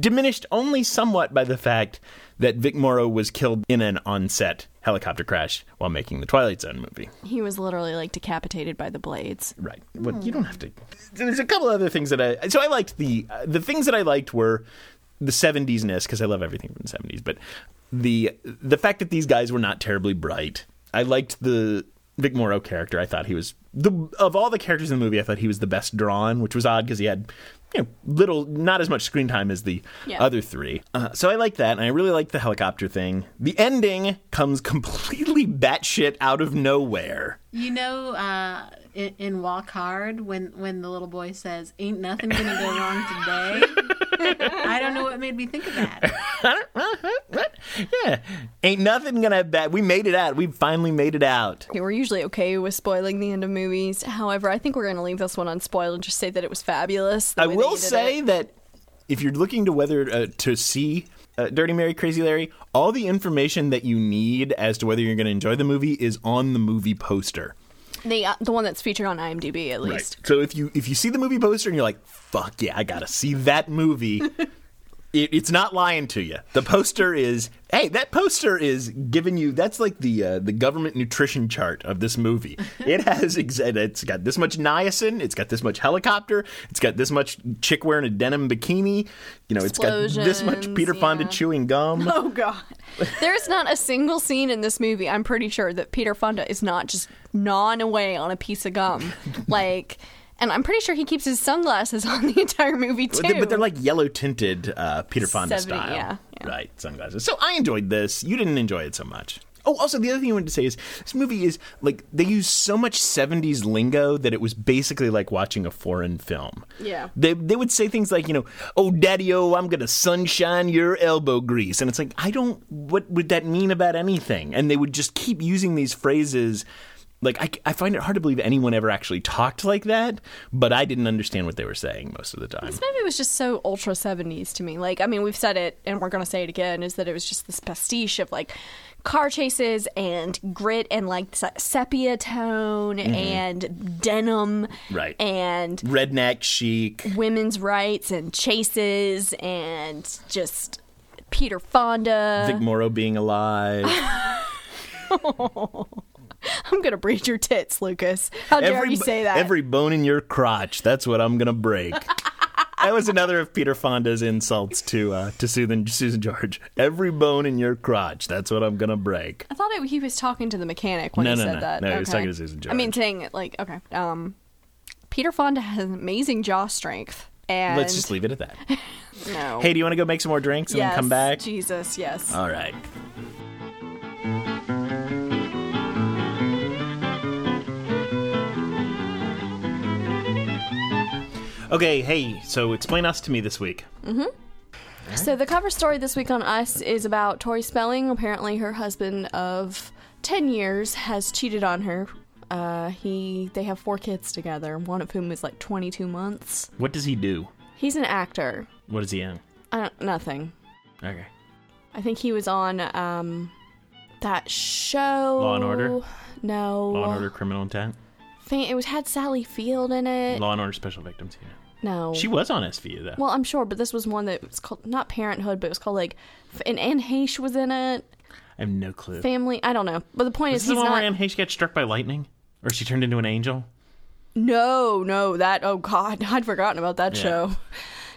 Speaker 2: Diminished only somewhat by the fact that Vic Morrow was killed in an on-set helicopter crash while making the Twilight Zone movie.
Speaker 3: He was literally like decapitated by the blades.
Speaker 2: Right. What you don't have to. There's a couple other things that I. So I liked the uh, the things that I liked were the 70s ness because I love everything from the 70s. But the the fact that these guys were not terribly bright. I liked the Vic Morrow character. I thought he was the of all the characters in the movie. I thought he was the best drawn, which was odd because he had you know little not as much screen time as the
Speaker 3: Yeah.
Speaker 2: other three. Uh, so I like that, and I really like the helicopter thing. The ending comes completely batshit out of nowhere.
Speaker 1: You know, uh, in, in Walk Hard, when when the little boy says, "Ain't nothing gonna go wrong today," I don't know what made me think of that.
Speaker 2: What? Yeah. Ain't nothing gonna bad. We made it out. We finally made it out.
Speaker 3: Okay, we're usually okay with spoiling the end of movies. However, I think we're going to leave this one unspoiled and just say that it was fabulous. the
Speaker 2: I
Speaker 3: way they
Speaker 2: will
Speaker 3: ended
Speaker 2: say
Speaker 3: it.
Speaker 2: that if you're looking to whether uh, to see uh, Dirty Mary, Crazy Larry, all the information that you need as to whether you're gonna enjoy the movie is on the movie poster.
Speaker 3: the uh, the one that's featured on IMDb at least.
Speaker 2: So if you if you see the movie poster and you're like, "Fuck yeah, I gotta see that movie," it, it's not lying to you. The poster is, hey, that poster is giving you. That's like the uh, the government nutrition chart of this movie. It has ex- it's got this much niacin, it's got this much helicopter, it's got this much chick wearing a denim bikini. You know, it's got this much
Speaker 3: Explosions,
Speaker 2: Peter Fonda
Speaker 3: yeah.
Speaker 2: chewing gum.
Speaker 3: Oh god. There's not a single scene in this movie I'm pretty sure that Peter Fonda is not just gnawing away on a piece of gum. like and I'm pretty sure he keeps his sunglasses on the entire movie too.
Speaker 2: But they- but they're like yellow tinted uh, Peter Fonda
Speaker 3: 70,
Speaker 2: style.
Speaker 3: yeah, yeah.
Speaker 2: Right, sunglasses. So I enjoyed this. You didn't enjoy it so much. Oh, also, the other thing I wanted to say is this movie is like they use so much 70s lingo that it was basically like watching a foreign film.
Speaker 3: Yeah.
Speaker 2: They, they would say things like, you know, oh, daddy, oh, I'm going to sunshine your elbow grease. And it's like, I don't, what would that mean about anything? And they would just keep using these phrases. Like, I, I find it hard to believe anyone ever actually talked like that, but I didn't understand what they were saying most of the time.
Speaker 3: This movie was just so ultra 70s to me. Like, I mean, we've said it and we're going to say it again is that it was just this pastiche of like car chases and grit and like se- sepia tone and denim
Speaker 2: Mm-hmm. Right.
Speaker 3: and
Speaker 2: redneck chic.
Speaker 3: women's rights and chases and just Peter Fonda.
Speaker 2: Vic Morrow being alive.
Speaker 3: I'm going to braid your tits, Lucas. How dare you
Speaker 2: bo-
Speaker 3: say that?
Speaker 2: Every bone in your crotch. That's what I'm gonna break. that was another of Peter Fonda's insults to uh, to Susan Susan George. Every bone in your crotch. That's what I'm gonna break.
Speaker 3: I thought it, he was talking to the mechanic when
Speaker 2: No,
Speaker 3: he
Speaker 2: no,
Speaker 3: said
Speaker 2: no.
Speaker 3: that.
Speaker 2: No,
Speaker 3: okay.
Speaker 2: he was talking to Susan
Speaker 3: I mean,
Speaker 2: George.
Speaker 3: saying it like, okay. Um, Peter Fonda has amazing jaw strength. And
Speaker 2: Let's just leave it at that.
Speaker 3: no.
Speaker 2: Hey, do you want to go make some more drinks and
Speaker 3: yes,
Speaker 2: then come back?
Speaker 3: Jesus, yes.
Speaker 2: All right. Okay, hey, so explain us to me this week.
Speaker 3: So the cover story this week on Us is about Tori Spelling. Apparently, her husband of ten years has cheated on her. Uh, he they have four kids together, one of whom is like 22 months.
Speaker 2: What does he do?
Speaker 3: He's an actor.
Speaker 2: What does he own?
Speaker 3: I don't, nothing.
Speaker 2: Okay.
Speaker 3: I think he was on um, that show.
Speaker 2: Law and Order?
Speaker 3: No.
Speaker 2: Law and Order Criminal Intent?
Speaker 3: Fan- It was had Sally Field in it.
Speaker 2: Law and Order Special Victims, yeah.
Speaker 3: no.
Speaker 2: She was on SVU, though.
Speaker 3: well, I'm sure, but this was one that was called not Parenthood, but it was called like, f- and Anne Heche was in it.
Speaker 2: I have no clue.
Speaker 3: Family, I don't know. But the point
Speaker 2: Is
Speaker 3: is,
Speaker 2: this the
Speaker 3: he's
Speaker 2: one
Speaker 3: not.
Speaker 2: where Anne Heche got struck by lightning? Or she turned into an angel?
Speaker 3: No, no, that oh god, I'd forgotten about that
Speaker 2: Yeah.
Speaker 3: show.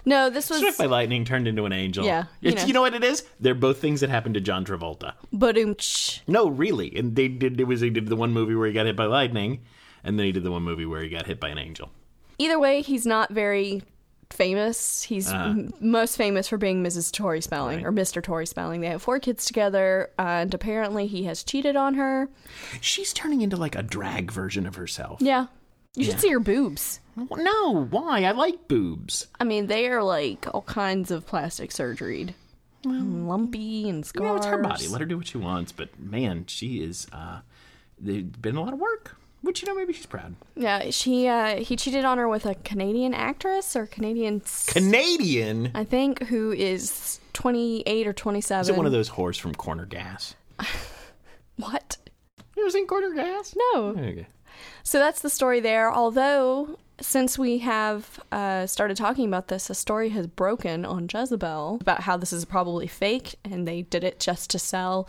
Speaker 3: No, this was
Speaker 2: Struck by lightning, turned into an angel.
Speaker 3: Yeah, you
Speaker 2: It's,
Speaker 3: know.
Speaker 2: you know what it is? They're both things that happened to John Travolta.
Speaker 3: Badoomch.
Speaker 2: No, really. And they did. It was he did the one movie where he got hit by lightning, and then he did the one movie where he got hit by an angel.
Speaker 3: Either way, he's not very famous. He's
Speaker 2: Uh-huh.
Speaker 3: m- most famous for being Mrs. Tori Spelling or Mr. Tori Spelling. They have four kids together, and apparently he has cheated on her.
Speaker 2: She's turning into like a drag version of herself.
Speaker 3: Yeah. You should see her boobs.
Speaker 2: No, why? I like boobs.
Speaker 3: I mean, they are like all kinds of plastic surgeried. Lumpy and
Speaker 2: You
Speaker 3: scars.
Speaker 2: know, it's her body. Let her do what she wants. But man, she is. uh There's been a lot of work. Which you know, maybe she's proud.
Speaker 3: Yeah, she uh, he cheated on her with a Canadian actress or Canadian
Speaker 2: Canadian.
Speaker 3: I think, who is 28 or 27.
Speaker 2: Is it one of those whores from Corner Gas?
Speaker 3: What?
Speaker 2: You ever seen Corner Gas?
Speaker 3: No.
Speaker 2: Okay.
Speaker 3: So that's the story there. Although, since we have uh, started talking about this, a story has broken on Jezebel about how this is probably fake and they did it just to sell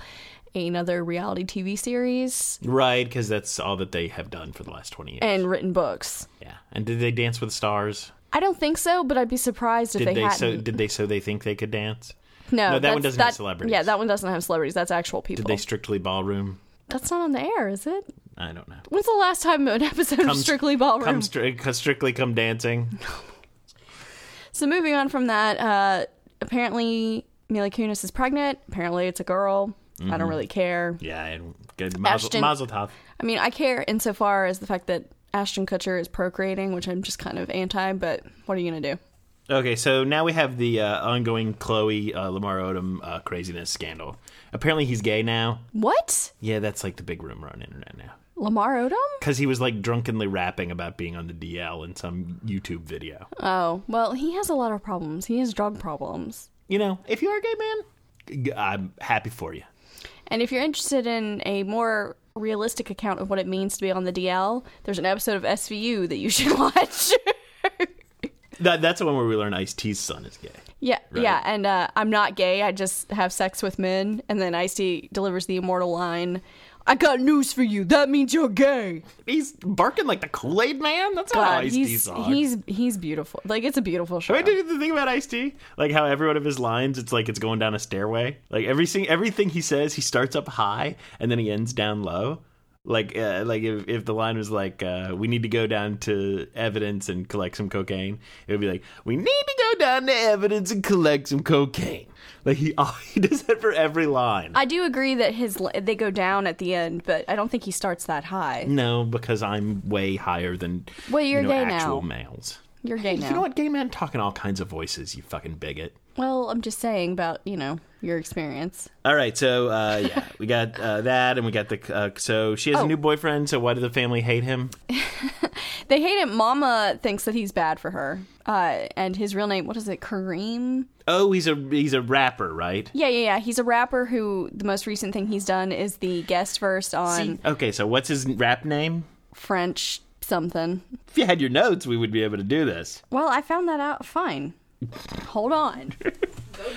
Speaker 3: another reality TV series
Speaker 2: Right, because that's all that they have done for the last twenty years.
Speaker 3: and written books.
Speaker 2: yeah. And did they dance with the stars?
Speaker 3: I don't think so, but I'd be surprised if
Speaker 2: Did
Speaker 3: they,
Speaker 2: they
Speaker 3: hadn't.
Speaker 2: so? Did they so they think they could dance?
Speaker 3: no,
Speaker 2: No, that one
Speaker 3: that's-
Speaker 2: doesn't have celebrities.
Speaker 3: Yeah, that one doesn't have celebrities. That's actual people.
Speaker 2: Did they strictly ballroom?
Speaker 3: That's not on the air, is it?
Speaker 2: I don't know.
Speaker 3: When's the last time an episode of Strictly Ballroom?
Speaker 2: Come stri- strictly come dancing.
Speaker 3: So moving on from that, uh, apparently Mila Kunis is pregnant. Apparently it's a girl. I don't really care.
Speaker 2: Yeah, and good mazel,
Speaker 3: Ashton-
Speaker 2: mazel tov.
Speaker 3: I mean, I care insofar as the fact that Ashton Kutcher is procreating, which I'm just kind of anti. But what are you gonna do?
Speaker 2: Okay, so now we have the uh, ongoing Chloe uh, Lamar Odom uh, craziness scandal. Apparently, he's gay now.
Speaker 3: What?
Speaker 2: Yeah, that's like the big rumor on the internet now.
Speaker 3: Lamar Odom?
Speaker 2: Because he was like drunkenly rapping about being on the DL in some YouTube video.
Speaker 3: Oh, well, he has a lot of problems. He has drug problems.
Speaker 2: You know, if you are a gay man, g- I'm happy for you.
Speaker 3: And if you're interested in a more realistic account of what it means to be on the DL, there's an episode of SVU that you should watch.
Speaker 2: That, that's the one where we learn Ice T's son is gay.
Speaker 3: Yeah,
Speaker 2: Right?
Speaker 3: yeah, and uh, I'm not gay. I just have sex with men. And then Icy delivers the immortal line, "I got news for you. That means you're gay."
Speaker 2: He's barking like the Kool Aid Man. That's not how
Speaker 3: God,
Speaker 2: Ice
Speaker 3: he's
Speaker 2: T's
Speaker 3: he's he's beautiful. Like it's a beautiful show.
Speaker 2: Wait, did you think about Ice T? Like how every one of his lines, it's like it's going down a stairway. Like everything, everything he says, he starts up high and then he ends down low. Like, uh, like if, if the line was like, uh, "We need to go down to evidence and collect some cocaine," it would be like, "We need to go down to evidence and collect some cocaine." Like he, he does that for every line.
Speaker 3: I do agree that his li- they go down at the end, but I don't think he starts that high.
Speaker 2: no, because I'm way higher than
Speaker 3: Well, you're
Speaker 2: you know,
Speaker 3: gay now.
Speaker 2: actual males.
Speaker 3: You're gay now.
Speaker 2: You know what? Gay men talk in all kinds of voices. You fucking bigot.
Speaker 3: Well, I'm just saying about you know your experience.
Speaker 2: All right, so uh, yeah, we got uh, that, and we got the. Uh, so she has a new boyfriend. So why did the family hate him?
Speaker 3: They hate him. Mama thinks that he's bad for her. Uh, and his real name, what is it, Kareem?
Speaker 2: Oh, he's a he's a rapper, right?
Speaker 3: Yeah, yeah, yeah. He's a rapper who the most recent thing he's done is the guest verse on
Speaker 2: Okay, so what's his rap name?
Speaker 3: French something.
Speaker 2: If you had your notes, we would be able to do this.
Speaker 3: Well, I found that out. Fine. Hold on.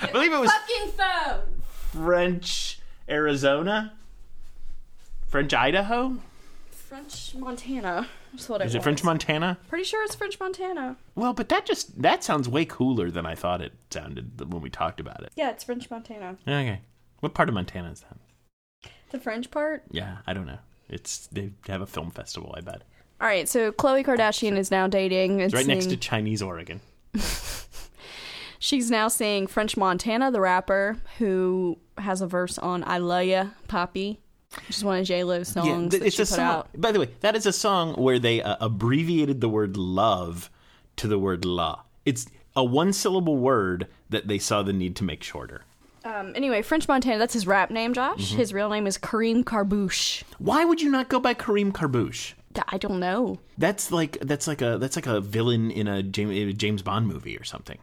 Speaker 2: I believe it was
Speaker 3: Fucking phone.
Speaker 2: French Arizona, French Idaho.
Speaker 3: French Montana. That's what
Speaker 2: Is it French Montana?
Speaker 3: Pretty sure it's French Montana.
Speaker 2: Well, but that just that sounds way cooler than I thought it sounded when we talked about it.
Speaker 3: Yeah, it's French Montana.
Speaker 2: Okay, what part of Montana is that?
Speaker 3: The French part.
Speaker 2: Yeah, I don't know. It's they have a film festival, I bet.
Speaker 3: All right, so Khloe Kardashian is now dating. and
Speaker 2: It's right next to
Speaker 3: seeing-
Speaker 2: Chinese Oregon.
Speaker 3: She's now seeing French Montana, the rapper, who has a verse on "I Love Ya, Poppy," which is one of J Lo's songs
Speaker 2: th-
Speaker 3: that she put
Speaker 2: a song.
Speaker 3: out.
Speaker 2: By the way, that is a song where they uh, abbreviated the word love to the word la. It's a one syllable word that they saw the need to make shorter.
Speaker 3: Um, anyway, French Montana, that's his rap name, Josh.
Speaker 2: Mm-hmm.
Speaker 3: His real name is Kareem Carbouche.
Speaker 2: Why would you not go by Kareem Karbouche?
Speaker 3: Th- I don't know.
Speaker 2: That's like that's like a that's like a villain in a James, James Bond movie or something.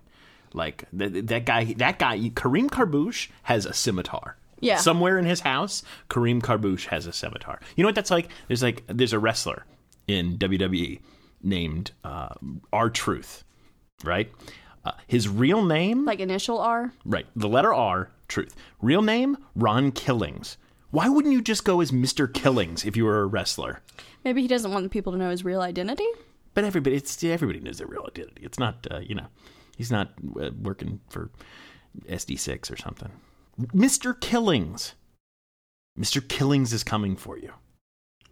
Speaker 2: Like that, that guy that guy Kareem Karbouche has a scimitar.
Speaker 3: Yeah.
Speaker 2: Somewhere in his house, Kareem Karbouche has a scimitar. You know what that's like? There's like there's a wrestler in WWE named uh R Truth, right? Uh, his real name
Speaker 3: Like initial R.
Speaker 2: Right. The letter R, truth. Real name, Ron Killings. Why wouldn't you just go as Mr. Killings if you were a wrestler?
Speaker 3: Maybe he doesn't want the people to know his real identity.
Speaker 2: But everybody, it's everybody knows their real identity. It's not, uh, you know, he's not uh, working for SD6 or something. Mr. Killings. Mr. Killings is coming for you.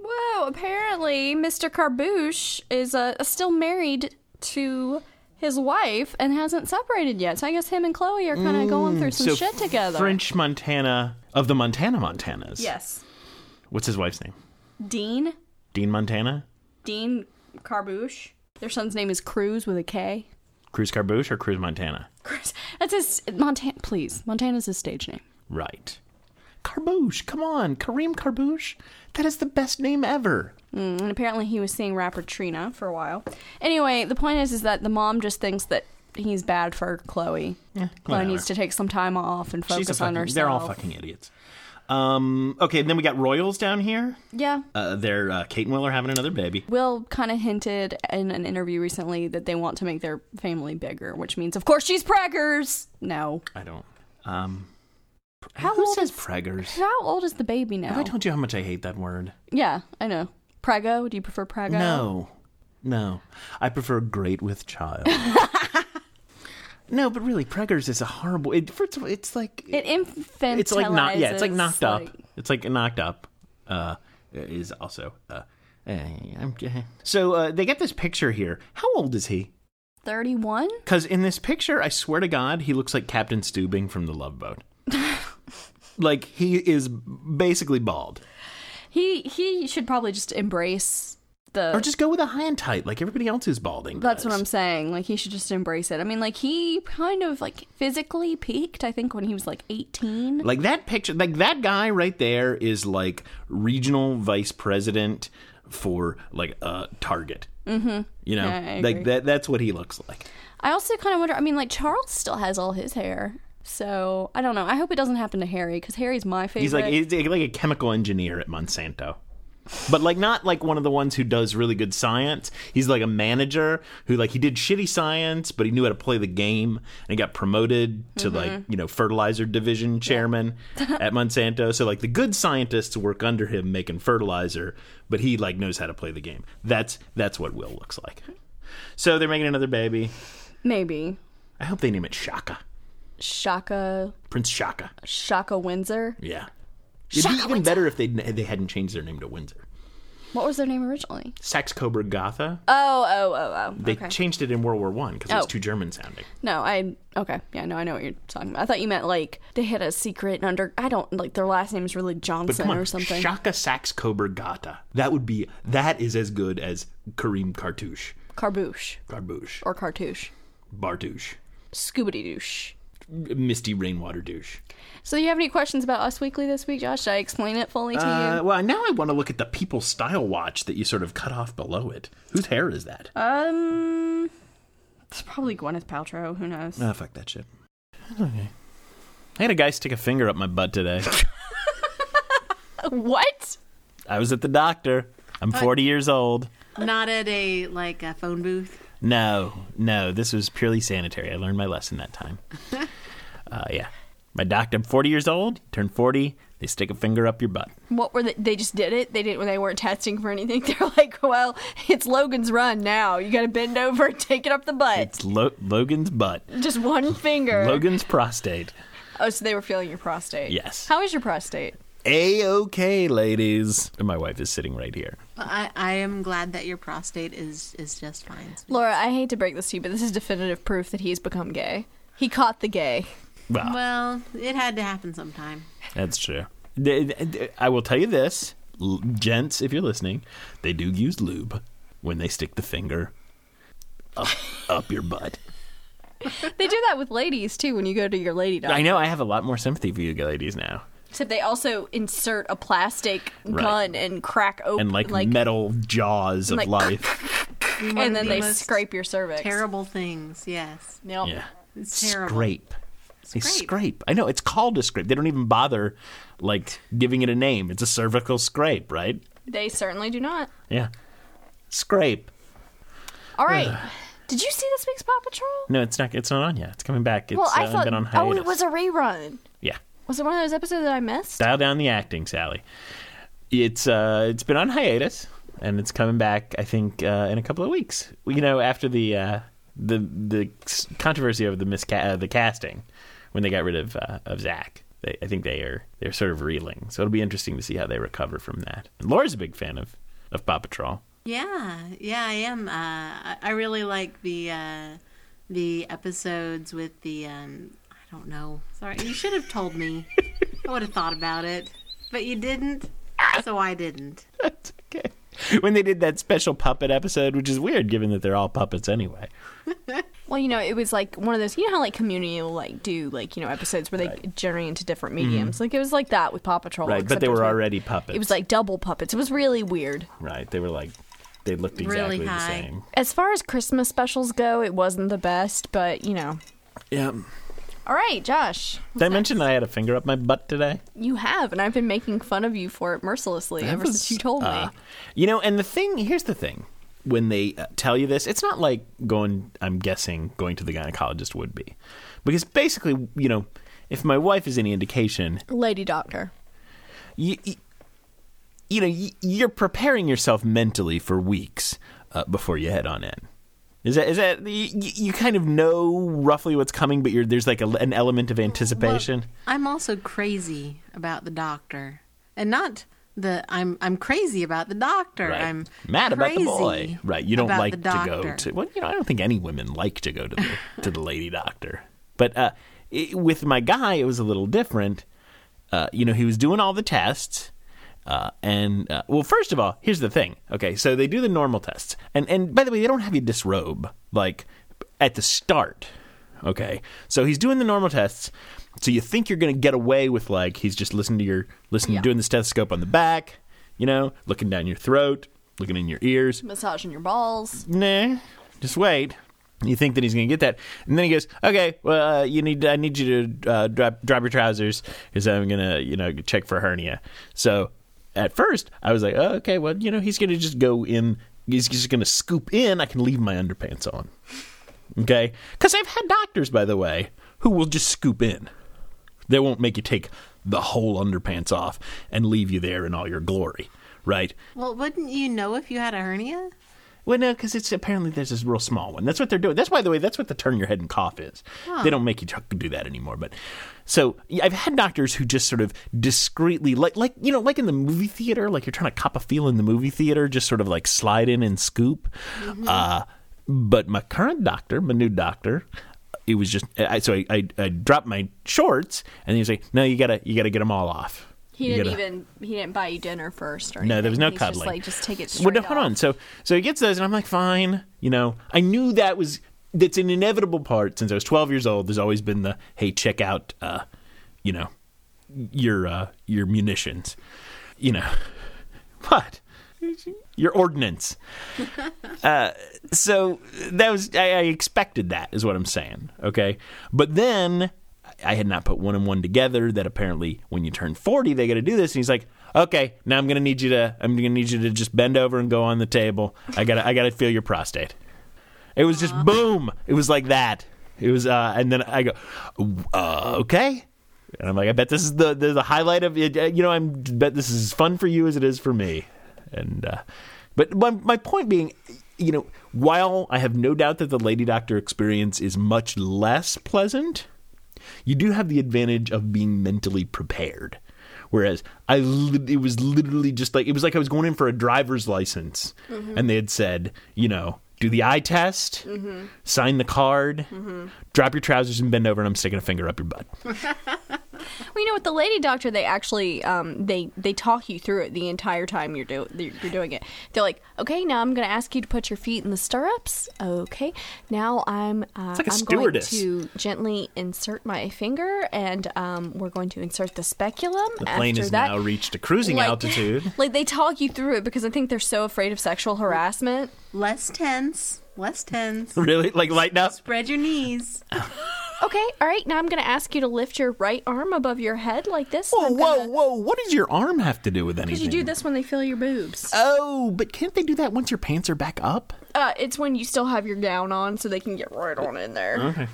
Speaker 3: Whoa! Apparently, Mr. Carbouche is uh, still married to his wife and hasn't separated yet. So I guess him and Chloe are kind of going through some
Speaker 2: Mm. so
Speaker 3: shit together.
Speaker 2: French Montana of the Montana Montanas.
Speaker 3: Yes.
Speaker 2: What's his wife's name?
Speaker 3: Dean.
Speaker 2: Dean Montana?
Speaker 3: Dean Carbouche. Their son's name is Cruz with a K.
Speaker 2: Cruz Carbouche or Cruz Montana?
Speaker 3: Cruz. That's his Montana. Please, Montana's his stage name.
Speaker 2: Right. Carbouche, come on, Kareem Carbouche. That is the best name ever.
Speaker 3: Mm, and apparently, he was seeing rapper Trina for a while. Anyway, the point is, is that the mom just thinks that he's bad for Chloe. Chloe
Speaker 2: Eh, whatever.
Speaker 3: needs to take some time off and focus
Speaker 2: She's a
Speaker 3: on
Speaker 2: fucking,
Speaker 3: herself.
Speaker 2: they're all fucking idiots. Um, okay, and then we got Royals down here.
Speaker 3: Yeah.
Speaker 2: Uh, they're uh, Kate and Will are having another baby.
Speaker 3: Will kind of hinted in an interview recently that they want to make their family bigger, which means, of course, she's preggers. No.
Speaker 2: I don't. Um,
Speaker 3: How
Speaker 2: who
Speaker 3: old
Speaker 2: says
Speaker 3: is-
Speaker 2: preggers?
Speaker 3: How old is the baby now?
Speaker 2: Have I told you how much I hate that word?
Speaker 3: yeah, I know. Prego? Do you prefer Prego?
Speaker 2: No, no. I prefer great with child. no, but really, preggers is a horrible. It, first of all, it's like
Speaker 3: It infantilizes.
Speaker 2: it's like not yeah it's like knocked
Speaker 3: like-
Speaker 2: up it's like knocked up uh is also uh eh, I'm j- so uh, they get this picture here how old is he
Speaker 3: 31?
Speaker 2: because in this picture i swear to god he looks like captain steubing from the love boat like he is basically bald
Speaker 3: He he should probably just embrace the
Speaker 2: or just go with a high and tight like everybody else who's balding
Speaker 3: That's what
Speaker 2: does.
Speaker 3: I'm saying. Like he should just embrace it. I mean, like he kind of like physically peaked I think when he was like 18.
Speaker 2: Like that picture, like that guy right there is like regional vice president for like uh, Target. Mm-hmm. You know,
Speaker 3: Yeah, I
Speaker 2: like
Speaker 3: agree.
Speaker 2: that. That's what he looks like.
Speaker 3: I also kind of wonder, I mean, like Charles still has all his hair. So, I don't know. I hope it doesn't happen to Harry cuz Harry's my favorite.
Speaker 2: He's like he's like a chemical engineer at Monsanto. But like not like one of the ones who does really good science. He's like a manager who like he did shitty science, but he knew how to play the game and he got promoted to like, you know, fertilizer division chairman at Monsanto. So like the good scientists work under him making fertilizer, but he like knows how to play the game. That's that's what Will looks like. So they're making another baby.
Speaker 3: maybe
Speaker 2: I hope they name it Shaka.
Speaker 3: Shaka
Speaker 2: Prince Shaka.
Speaker 3: Shaka Windsor.
Speaker 2: Yeah. It'd be even better if they they hadn't changed their name to Windsor.
Speaker 3: What was their name originally?
Speaker 2: Saxe Coburg Gotha.
Speaker 3: Oh, oh, oh, oh.
Speaker 2: They
Speaker 3: okay.
Speaker 2: changed it in World War One because it was
Speaker 3: Oh.
Speaker 2: too German sounding.
Speaker 3: No, I okay. Yeah, no, I know what you're talking about. I thought you meant like they had a secret under. I don't like their last name is really
Speaker 2: But
Speaker 3: Johnson
Speaker 2: come on,
Speaker 3: or something.
Speaker 2: Shaka Saxe Coburg Gotha. That would be that is as good as Kareem Cartouche,
Speaker 3: Carbouche
Speaker 2: Garbouche,
Speaker 3: or Cartouche,
Speaker 2: Bartouche,
Speaker 3: Scoobity Douche.
Speaker 2: Misty Rainwater Douche.
Speaker 3: So, you have any questions about Us Weekly this week, Josh? Should I explain it fully to
Speaker 2: Uh,
Speaker 3: you?
Speaker 2: well, now I want to look at the People Style Watch that you sort of cut off below it. Whose hair is that? Ah,
Speaker 3: Um, it's probably Gwyneth Paltrow. Who knows?
Speaker 2: Ah, fuck that shit. I had a guy stick a finger up my butt today.
Speaker 3: Uh, what?
Speaker 2: I was at the doctor. I'm 40 years old.
Speaker 1: Not at a like a phone booth.
Speaker 2: No, no, this was purely sanitary. I learned my lesson that time. uh, yeah. My doctor, I'm 40 years old, turn 40, they stick a finger up your butt.
Speaker 3: What were they? They just did it. They didn't. They weren't testing for anything. They're like, well, it's Logan's run now. You got to bend over and take it up the butt.
Speaker 2: It's Lo- Logan's butt,
Speaker 3: Just one finger.
Speaker 2: Logan's prostate.
Speaker 3: Oh, so they were feeling your prostate.
Speaker 2: Yes.
Speaker 3: How is your prostate?
Speaker 2: A okay, ladies. And my wife is sitting right here.
Speaker 1: Well, I, I am glad that your prostate is is just fine.
Speaker 3: Laura, I hate to break this to you, but this is definitive proof that he's become gay. He caught the gay.
Speaker 2: Well,
Speaker 1: Well, it had to happen sometime.
Speaker 2: that's true. Th- th- th- I will tell you this, l- gents, if you're listening, they do use lube when they stick the finger up, up your butt.
Speaker 3: They do that with ladies too when you go to your lady doctor.
Speaker 2: I know I have a lot more sympathy for you ladies now.
Speaker 3: Except they also insert a plastic
Speaker 2: Right.
Speaker 3: gun and crack open
Speaker 2: And like, metal jaws of
Speaker 3: like-
Speaker 2: life.
Speaker 3: and then they
Speaker 1: Most
Speaker 3: scrape your cervix.
Speaker 1: terrible things. Yes,
Speaker 3: Yep.
Speaker 2: Yeah.
Speaker 1: it's terrible.
Speaker 2: Scrape. They
Speaker 1: Scrape.
Speaker 2: scrape. I know it's called a scrape. They don't even bother like giving it a name. It's a cervical scrape, right?
Speaker 3: They certainly do not.
Speaker 2: Yeah. Scrape.
Speaker 3: All right. Did you see this week's Paw Patrol?
Speaker 2: No, it's not. It's not on yet. It's coming back. It's
Speaker 3: Well, I
Speaker 2: uh,
Speaker 3: thought.
Speaker 2: been on
Speaker 3: oh,
Speaker 2: hiatus.
Speaker 3: it was a rerun.
Speaker 2: yeah.
Speaker 3: Was it one of those episodes that I missed?
Speaker 2: Dial down the acting, Sally. It's uh, it's been on hiatus, and it's coming back. I think uh, in a couple of weeks. You know, after the uh, the the s- controversy over the misca- uh, the casting when they got rid of uh, of Zach. They, I think they are they're sort of reeling. So it'll be interesting to see how they recover from that. And Laura's a big fan of of Paw Patrol.
Speaker 1: Yeah, yeah, I am. Uh, I I really like the uh, the episodes with the um, I don't know. Sorry, you should have told me. I would have thought about it, but you didn't, so I didn't.
Speaker 2: That's okay. When they did that special puppet episode, which is weird given that they're all puppets anyway.
Speaker 3: Well, you know, it was like one of those. You know how like community will like do like you know episodes where they journey into different mediums. Like it was like that with Paw Patrol.
Speaker 2: Mm-hmm. Right, but
Speaker 3: except
Speaker 2: they
Speaker 3: it was
Speaker 2: were
Speaker 3: like-
Speaker 2: already puppets.
Speaker 3: It was like double puppets. It was really weird.
Speaker 2: right. They were like they looked exactly
Speaker 1: Really
Speaker 2: the
Speaker 1: high.
Speaker 2: same.
Speaker 3: As far as Christmas specials go, it wasn't the best, but you know.
Speaker 2: Yeah.
Speaker 3: All right, Josh,
Speaker 2: Did I mention I had a finger up my butt today?
Speaker 3: you have, and I've been making fun of you for it mercilessly ever
Speaker 2: was,
Speaker 3: since you told
Speaker 2: uh,
Speaker 3: me.
Speaker 2: You know, and the thing here's the thing: when they uh, tell you this, it's not like going. I'm guessing going to the gynecologist would be, because basically, you know, if my wife is any indication,
Speaker 3: Lady Doctor.
Speaker 2: you, you, you know, you, you're preparing yourself mentally for weeks uh, before you head on in. Is that is that you, you kind of know roughly what's coming, but you're there's like a, an element of anticipation.
Speaker 1: I'm also crazy about the doctor, and not the I'm I'm crazy about the doctor.
Speaker 2: Right.
Speaker 1: I'm
Speaker 2: mad about the
Speaker 1: crazy
Speaker 2: boy. Right. You don't
Speaker 1: about
Speaker 2: like
Speaker 1: the
Speaker 2: to go
Speaker 1: doctor.
Speaker 2: to. Well, you know, I don't think any women like to go to the to the lady doctor. But uh, it, with my guy, it was a little different. Uh, you know, he was doing all the tests. Uh, and uh, well, first of all, here's the thing. Okay, so they do the normal tests, and and by the way, they don't have you disrobe like at the start. Okay, so he's doing the normal tests, so you think you're gonna get away with like he's just listening to your listening,
Speaker 3: Yeah.
Speaker 2: doing the stethoscope on the back, you know, looking down your throat, looking in your ears.
Speaker 3: Massaging your balls.
Speaker 2: Nah, just wait. You think that he's going to get that, and then he goes, "Okay, well, uh, you need I need you to uh, drop drop your trousers because I'm going to you know check for hernia." So at first I was like, oh, "Okay, well, you know, he's going to just go in. He's just going to scoop in. I can leave my underpants on." Okay, because I've had doctors, by the way, who will just scoop in. They won't make you take the whole underpants off and leave you there in all your glory, right?
Speaker 1: Well, wouldn't you know if you had a hernia?
Speaker 2: Well, no, because it's apparently there's this real small one. That's what they're doing. That's by the way, that's what the turn your head and cough is. They don't make you t- do that anymore. But so yeah, I've had doctors who just sort of discreetly, like like you know, like in the movie theater, like you're trying to cop a feel in the movie theater, just sort of like slide in and scoop.
Speaker 3: Mm-hmm.
Speaker 2: Uh, but my current doctor, my new doctor. It was just I, so I, I I dropped my shorts and he was like, "No, you gotta you gotta get them all off."
Speaker 3: He
Speaker 2: You
Speaker 3: didn't
Speaker 2: gotta-
Speaker 3: even he didn't buy you dinner first or
Speaker 2: no, there
Speaker 3: anything.
Speaker 2: was no
Speaker 3: He's
Speaker 2: cuddling.
Speaker 3: Just like just take it straight.
Speaker 2: Well, no, hold on. So, so he gets those, and I'm like, fine. You know, I knew that was that's an inevitable part since I was 12 years old. There's always been the hey, check out, uh, you know, your uh, your munitions, you know, what your ordnance. uh, so that was I, I expected that is what I'm saying. Okay, but then I had not put one and one together. That apparently when you turn 40, they got to do this. And he's like, okay, now I'm gonna need you to I'm gonna need you to just bend over and go on the table. I gotta I gotta feel your prostate. It was just boom. It was like that. It was, uh, and then I go, uh, okay. And I'm like, I bet this is the the, the highlight of it. Uh, You know, I'm bet this is as fun for you as it is for me. And uh, but my my point being, you know, while I have no doubt that the lady doctor experience is much less pleasant, you do have the advantage of being mentally prepared. Whereas I, li- it was literally just like it was like I was going in for a driver's license,
Speaker 3: Mm-hmm.
Speaker 2: and they had said, you know, do the eye test,
Speaker 3: Mm-hmm.
Speaker 2: sign the card, drop your trousers and bend over, and I'm sticking a finger up your butt.
Speaker 3: Well, you know, with the lady doctor, they actually um, they they talk you through it the entire time you're do you're doing it. They're like, okay, now I'm going to ask you to put your feet in the stirrups. Okay, now I'm uh,
Speaker 4: like a
Speaker 3: I'm
Speaker 4: stewardess.
Speaker 3: going to gently insert my finger, and um, we're going to insert the speculum.
Speaker 4: The plane
Speaker 3: After
Speaker 4: has
Speaker 3: that,
Speaker 4: now reached a cruising
Speaker 3: like-
Speaker 4: altitude.
Speaker 3: Like they talk you through it because I think they're so afraid of sexual harassment.
Speaker 1: Less tense. Less tense.
Speaker 4: really? Like lighten up?
Speaker 1: Spread your knees.
Speaker 3: Okay, all right, now I'm going to ask you to lift your right arm above your head like this.
Speaker 2: Whoa,
Speaker 3: I'm
Speaker 2: whoa,
Speaker 3: gonna-
Speaker 2: whoa! What does your arm have to do with anything?
Speaker 3: Because you do this when they feel your boobs.
Speaker 2: Oh, but can't they do that once your pants are back up?
Speaker 3: Uh, it's when you still have your gown on, so they can get right on in there. Okay.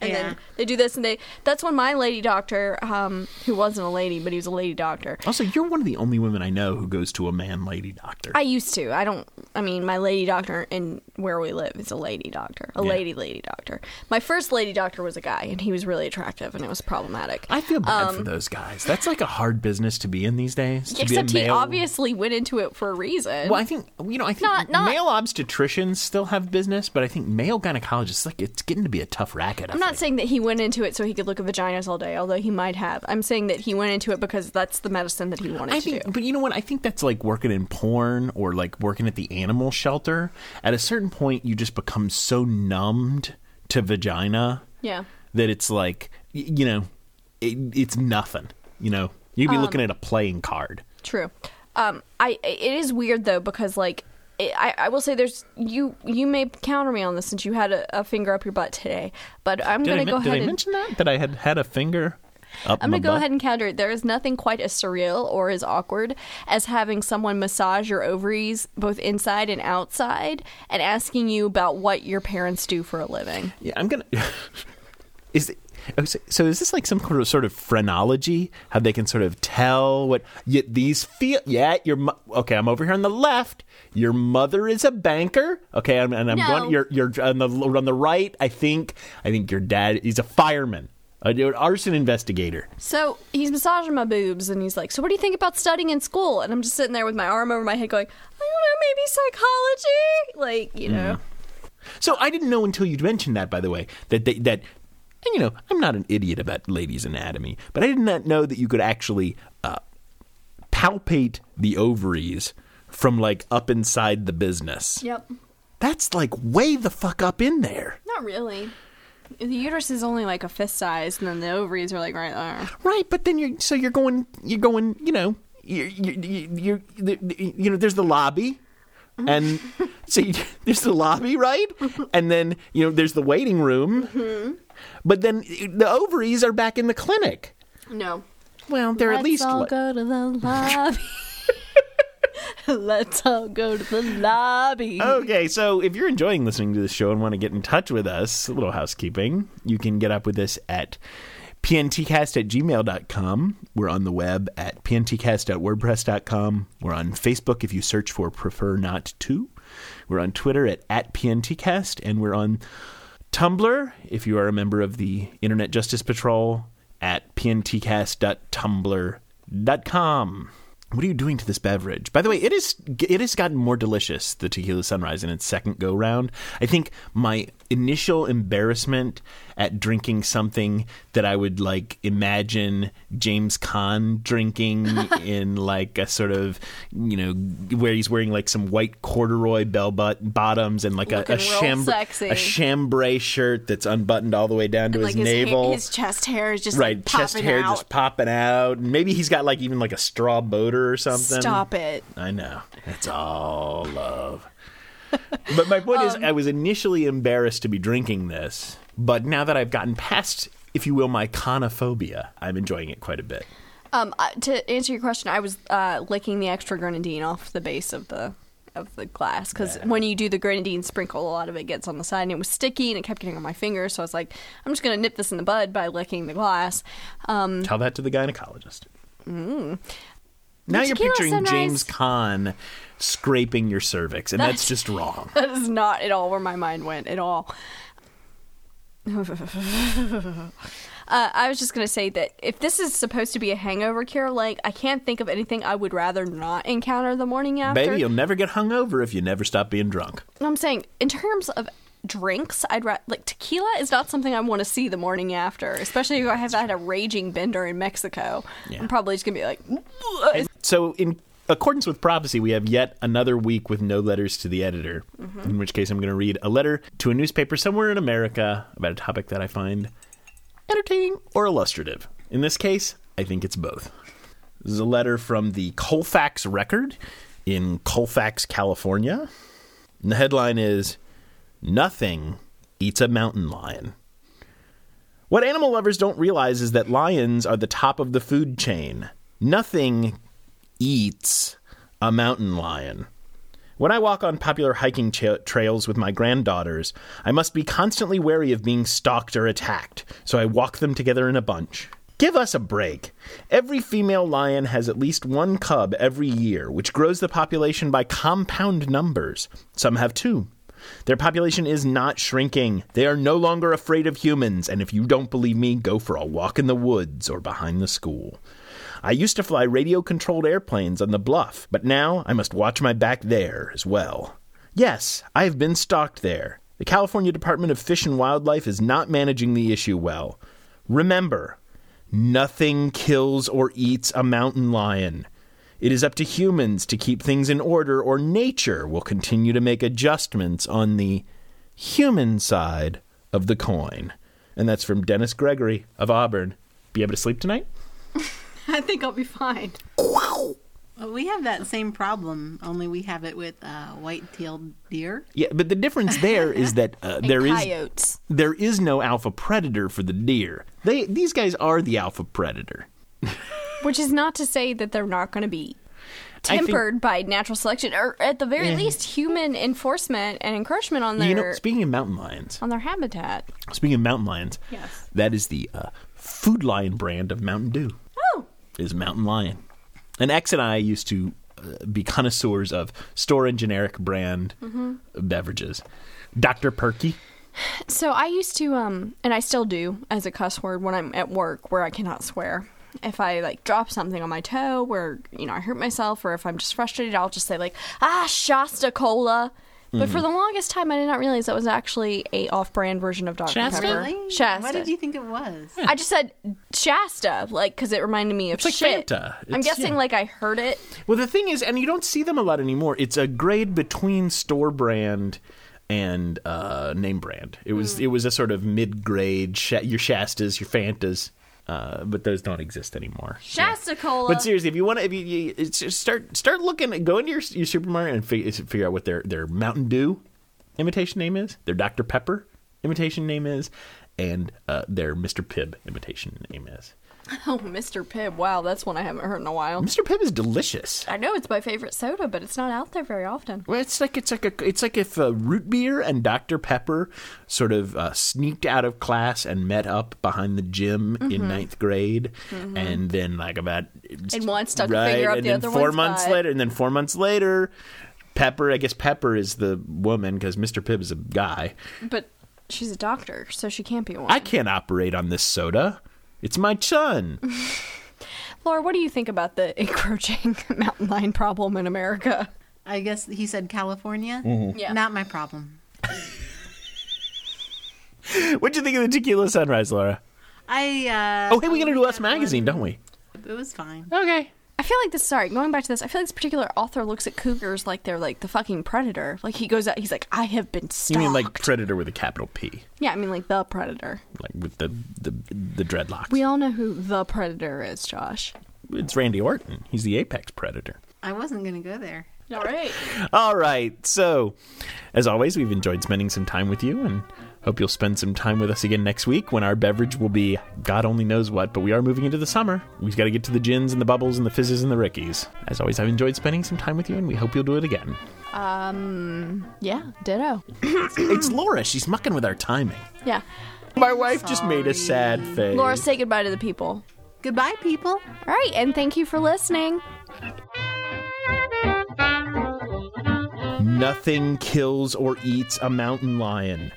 Speaker 3: And
Speaker 1: Yeah.
Speaker 3: then they do this, and they. That's when my lady doctor, um, who wasn't a lady, but he was a lady doctor.
Speaker 2: Also, you're one of the only women I know who goes to a man lady doctor.
Speaker 3: I used to. I don't. I mean, my lady doctor in where we live is a lady doctor, a lady lady doctor. My first lady doctor was a guy, and he was really attractive, and it was problematic. Um,
Speaker 2: I feel bad for those guys. That's like a hard business to be in these days. to be a
Speaker 3: Except he
Speaker 2: male-
Speaker 3: obviously went into it for a reason.
Speaker 2: Well, I think you know. I think
Speaker 3: Not- not-
Speaker 2: male obstetricians still have business, but I think male gynecologists like it's getting to be a tough racket. I
Speaker 3: I'm not
Speaker 2: think.
Speaker 3: saying that he went into it so he could look at vaginas all day, although he might have. I'm saying that he went into it because that's the medicine that he wanted
Speaker 2: I
Speaker 3: to do.
Speaker 2: think, but you know what? I think that's like working in porn or like working at the animal shelter. At a certain point, you just become so numbed to vagina
Speaker 3: Yeah.
Speaker 2: that it's like y- you know, it, it's nothing. You know, you'd be
Speaker 3: Um,
Speaker 2: looking at a playing card.
Speaker 3: True. Um, I it is weird though because like it, I I will say there's you you may counter me on this since you had a, a finger up your butt today, but I'm
Speaker 2: Did, I,
Speaker 3: gonna
Speaker 2: men-
Speaker 3: go
Speaker 2: did I
Speaker 3: ahead and
Speaker 2: mention that that I had had a finger up?
Speaker 3: I'm
Speaker 2: my
Speaker 3: gonna go
Speaker 2: butt?
Speaker 3: ahead and counter it. There is nothing quite as surreal or as awkward as having someone massage your ovaries both inside and outside and asking you about what your parents do for a living.
Speaker 2: Yeah, I'm gonna. is it, oh, so- so? Is this like some sort of sort of phrenology? How they can sort of tell what yet these feel? Yeah, your mo- okay. I'm over here on the left. Your mother is a banker. Okay, I'm, and I'm
Speaker 3: No.
Speaker 2: going. You're you're on the on the right. I think I think your dad is a fireman, a- an arson investigator.
Speaker 3: So he's massaging my boobs and he's like, So what do you think about studying in school? And I'm just sitting there with my arm over my head going, I don't know, maybe psychology? Like, you know.
Speaker 2: Mm. So I didn't know until you mentioned that, by the way, that they, that and you know I'm not an idiot about ladies' anatomy, but I did not know that you could actually uh, palpate the ovaries from like up inside the business.
Speaker 3: Yep.
Speaker 2: That's like way the fuck up in there,
Speaker 3: Not really. The uterus is only like a fist size, and then the ovaries are like right there.
Speaker 2: right? But then you're so you're going you're going you know you're you're, you're, you're you know there's the lobby. And so you, there's the lobby, right? And then, you know, there's the waiting room. But then the ovaries are back in the clinic.
Speaker 3: No.
Speaker 2: Well, they're at least.
Speaker 3: Let's all
Speaker 2: li-
Speaker 3: go to the lobby. Let's all go to the lobby.
Speaker 2: Okay, so if you're enjoying listening to this show and want to get in touch with us, a little housekeeping, you can get up with us at pntcast at gmail.com. We're on the web at pntcast.wordpress.com. We're on Facebook if you search for Prefer Not To. We're on Twitter at, at pntcast, and we're on Tumblr if you are a member of the Internet Justice Patrol at pntcast.tumblr.com. What are you doing to this beverage? By the way, it is it has gotten more delicious. The tequila sunrise in its second go round. I think my initial embarrassment at drinking something that I would like imagine James Caan drinking in like a sort of you know where he's wearing like some white corduroy bell but- bottoms and like a, a,
Speaker 3: Looking real
Speaker 2: chambr-
Speaker 3: sexy.
Speaker 2: a chambray shirt that's unbuttoned all the way down to
Speaker 3: Like
Speaker 2: his,
Speaker 3: hair-
Speaker 2: navel
Speaker 3: his chest hair is just
Speaker 2: right
Speaker 3: like,
Speaker 2: chest
Speaker 3: popping
Speaker 2: hair
Speaker 3: out.
Speaker 2: just popping out and maybe he's got like even like a straw boater or something
Speaker 3: Stop it.
Speaker 2: i know it's all love but my point is
Speaker 3: Um,
Speaker 2: i was initially embarrassed to be drinking this but now that i've gotten past if you will my conophobia i'm enjoying it quite a bit
Speaker 3: Um, I- to answer your question, I was uh, licking the extra grenadine off the base of the of the glass because when you do the grenadine sprinkle, a lot of it gets on the side, and it was sticky, and it kept getting on my fingers. So I was like, I'm just gonna nip this in the bud by licking the glass. Um,
Speaker 2: tell that to the gynecologist now you're
Speaker 3: The Mm. tequila
Speaker 2: picturing
Speaker 3: sunrise-
Speaker 2: james Caan scraping your cervix and that's
Speaker 3: That's-
Speaker 2: just wrong
Speaker 3: that is not at all where my mind went at all. Uh, I was just gonna say that if this is supposed to be a hangover cure, like I can't think of anything I would rather not encounter the morning after.
Speaker 2: Baby, you'll never get hungover if you never stop being drunk.
Speaker 3: I'm saying in terms of drinks, I'd ra- like tequila is not something I want to see the morning after, especially if I have had a raging bender in Mexico.
Speaker 2: Yeah.
Speaker 3: I'm probably just gonna be like,
Speaker 2: So, in accordance with prophecy, we have yet another week with no letters to the editor, in which case I'm going to read a letter to a newspaper somewhere in America about a topic that I find entertaining or illustrative. In this case, I think it's both. This is a letter from the Colfax Record in Colfax, California. And the headline is Nothing Eats a Mountain Lion. What animal lovers don't realize is that lions are the top of the food chain. Nothing eats a mountain lion. When I walk on popular hiking cha- trails with my granddaughters, I must be constantly wary of being stalked or attacked, so I walk them together in a bunch. Give us a break. Every female lion has at least one cub every year, which grows the population by compound numbers. Some have two. Their population is not shrinking. They are no longer afraid of humans, and if you don't believe me, go for a walk in the woods or behind the school. I used to fly radio controlled airplanes on the bluff, but now I must watch my back there as well. Yes, I have been stalked there. The California Department of Fish and Wildlife is not managing the issue well. Remember, nothing kills or eats a mountain lion. It is up to humans to keep things in order, or nature will continue to make adjustments on the human side of the coin. And that's from Dennis Gregory of Auburn. Be able to sleep tonight?
Speaker 3: I think I'll be fine.
Speaker 1: Well, we have that same problem, only we have it with uh, white-tailed deer.
Speaker 2: Yeah, but the difference there is that uh, there is
Speaker 3: coyotes.
Speaker 2: there is no alpha predator for the deer. They these guys are the alpha predator.
Speaker 3: Which is not to say that they're not going to be
Speaker 2: think-
Speaker 3: tempered by natural selection, or at the very least, human enforcement and encroachment on their
Speaker 2: You know, speaking of mountain lions,
Speaker 3: on their habitat.
Speaker 2: speaking of mountain lions,
Speaker 3: Yes.
Speaker 2: that is the uh, Food Lion brand of Mountain Dew.
Speaker 3: Oh,
Speaker 2: Is Mountain Lion, and X and I used to uh, be connoisseurs of store and generic brand beverages. Dr. Perky.
Speaker 3: so I used to, um, and I still do as a cuss word when I'm at work where I cannot swear. If I like drop something on my toe, where you know I hurt myself, or if I'm just frustrated, I'll just say like ah Shasta Cola. But
Speaker 2: Mm-hmm.
Speaker 3: for the longest time, I did not realize that was actually a off-brand version of Dr
Speaker 2: Shasta?
Speaker 3: Pepper.
Speaker 1: Really?
Speaker 3: Shasta.
Speaker 1: What did you think it was?
Speaker 3: I just said Shasta, like, because it reminded me of
Speaker 2: like
Speaker 3: shit.
Speaker 2: Fanta.
Speaker 3: I'm
Speaker 2: It's-
Speaker 3: guessing,
Speaker 2: yeah.
Speaker 3: like, I heard it.
Speaker 2: Well, the thing is, and you don't see them a lot anymore. It's a grade between store brand and uh, name brand. It was it was a sort of mid grade. Sha- your Shastas, your Fantas, uh, but those don't exist anymore.
Speaker 3: Shasta Cola.
Speaker 2: But seriously, if you want to, if you, you it's just start start looking, at- go into your your supermarket and fig- figure out what their their Mountain Dew imitation name is, their Dr Pepper imitation name is, and uh, their Mr Pibb imitation name is.
Speaker 3: oh, Mr. Pibb. Wow, that's one I haven't heard in a while.
Speaker 2: Mr Pibb is delicious.
Speaker 3: I know it's my favorite soda, but it's not out there very often.
Speaker 2: Well, it's like it's like a it's like if uh, root beer and Dr Pepper sort of uh, sneaked out of class and met up behind the gym in ninth grade, and then like about
Speaker 3: Mm-hmm. And one stuck a
Speaker 2: right,
Speaker 3: finger up
Speaker 2: and
Speaker 3: the
Speaker 2: then
Speaker 3: other
Speaker 2: four
Speaker 3: one's
Speaker 2: months
Speaker 3: butt.
Speaker 2: later, and then four months later, Pepper. I guess Pepper is the woman because Mr Pibb is a guy.
Speaker 3: But she's a doctor, so she can't be one.
Speaker 2: I can't operate on this soda. It's my chun.
Speaker 3: Laura, what do you think about the encroaching mountain lion problem in America?
Speaker 1: I guess he said California.
Speaker 2: Mm-hmm.
Speaker 3: Yeah.
Speaker 1: Not my problem.
Speaker 2: What'd you think of the tequila sunrise, Laura?
Speaker 1: I. Uh,
Speaker 2: Oh, hey, we got to do Us Magazine, don't we?
Speaker 1: It was fine.
Speaker 2: Okay.
Speaker 3: I feel like this. Sorry, going back to this, I feel like this particular author looks at cougars like they're like the fucking predator. Like he goes out, he's like, I have been stalked.
Speaker 2: You mean like Predator with a capital P?
Speaker 3: Yeah, I mean like the predator.
Speaker 2: like with the the, the dreadlocks.
Speaker 3: We all know who the predator is, Josh.
Speaker 2: it's Randy Orton. He's the apex predator.
Speaker 1: I wasn't gonna go there.
Speaker 3: All right.
Speaker 2: All right. So, as always, we've enjoyed spending some time with you and hope you'll spend some time with us again next week when our beverage will be God only knows what, but we are moving into the summer. We've got to get to the gins and the bubbles and the fizzes and the rickies. As always, I've enjoyed spending some time with you and we hope you'll do it again.
Speaker 3: Um. Yeah. Ditto.
Speaker 2: it's Laura. She's mucking with our timing.
Speaker 3: Yeah.
Speaker 2: My wife just made a sad face.
Speaker 3: Laura, say goodbye to the people.
Speaker 1: Goodbye, people.
Speaker 3: All right, and thank you for listening.
Speaker 2: Nothing kills or eats a mountain lion.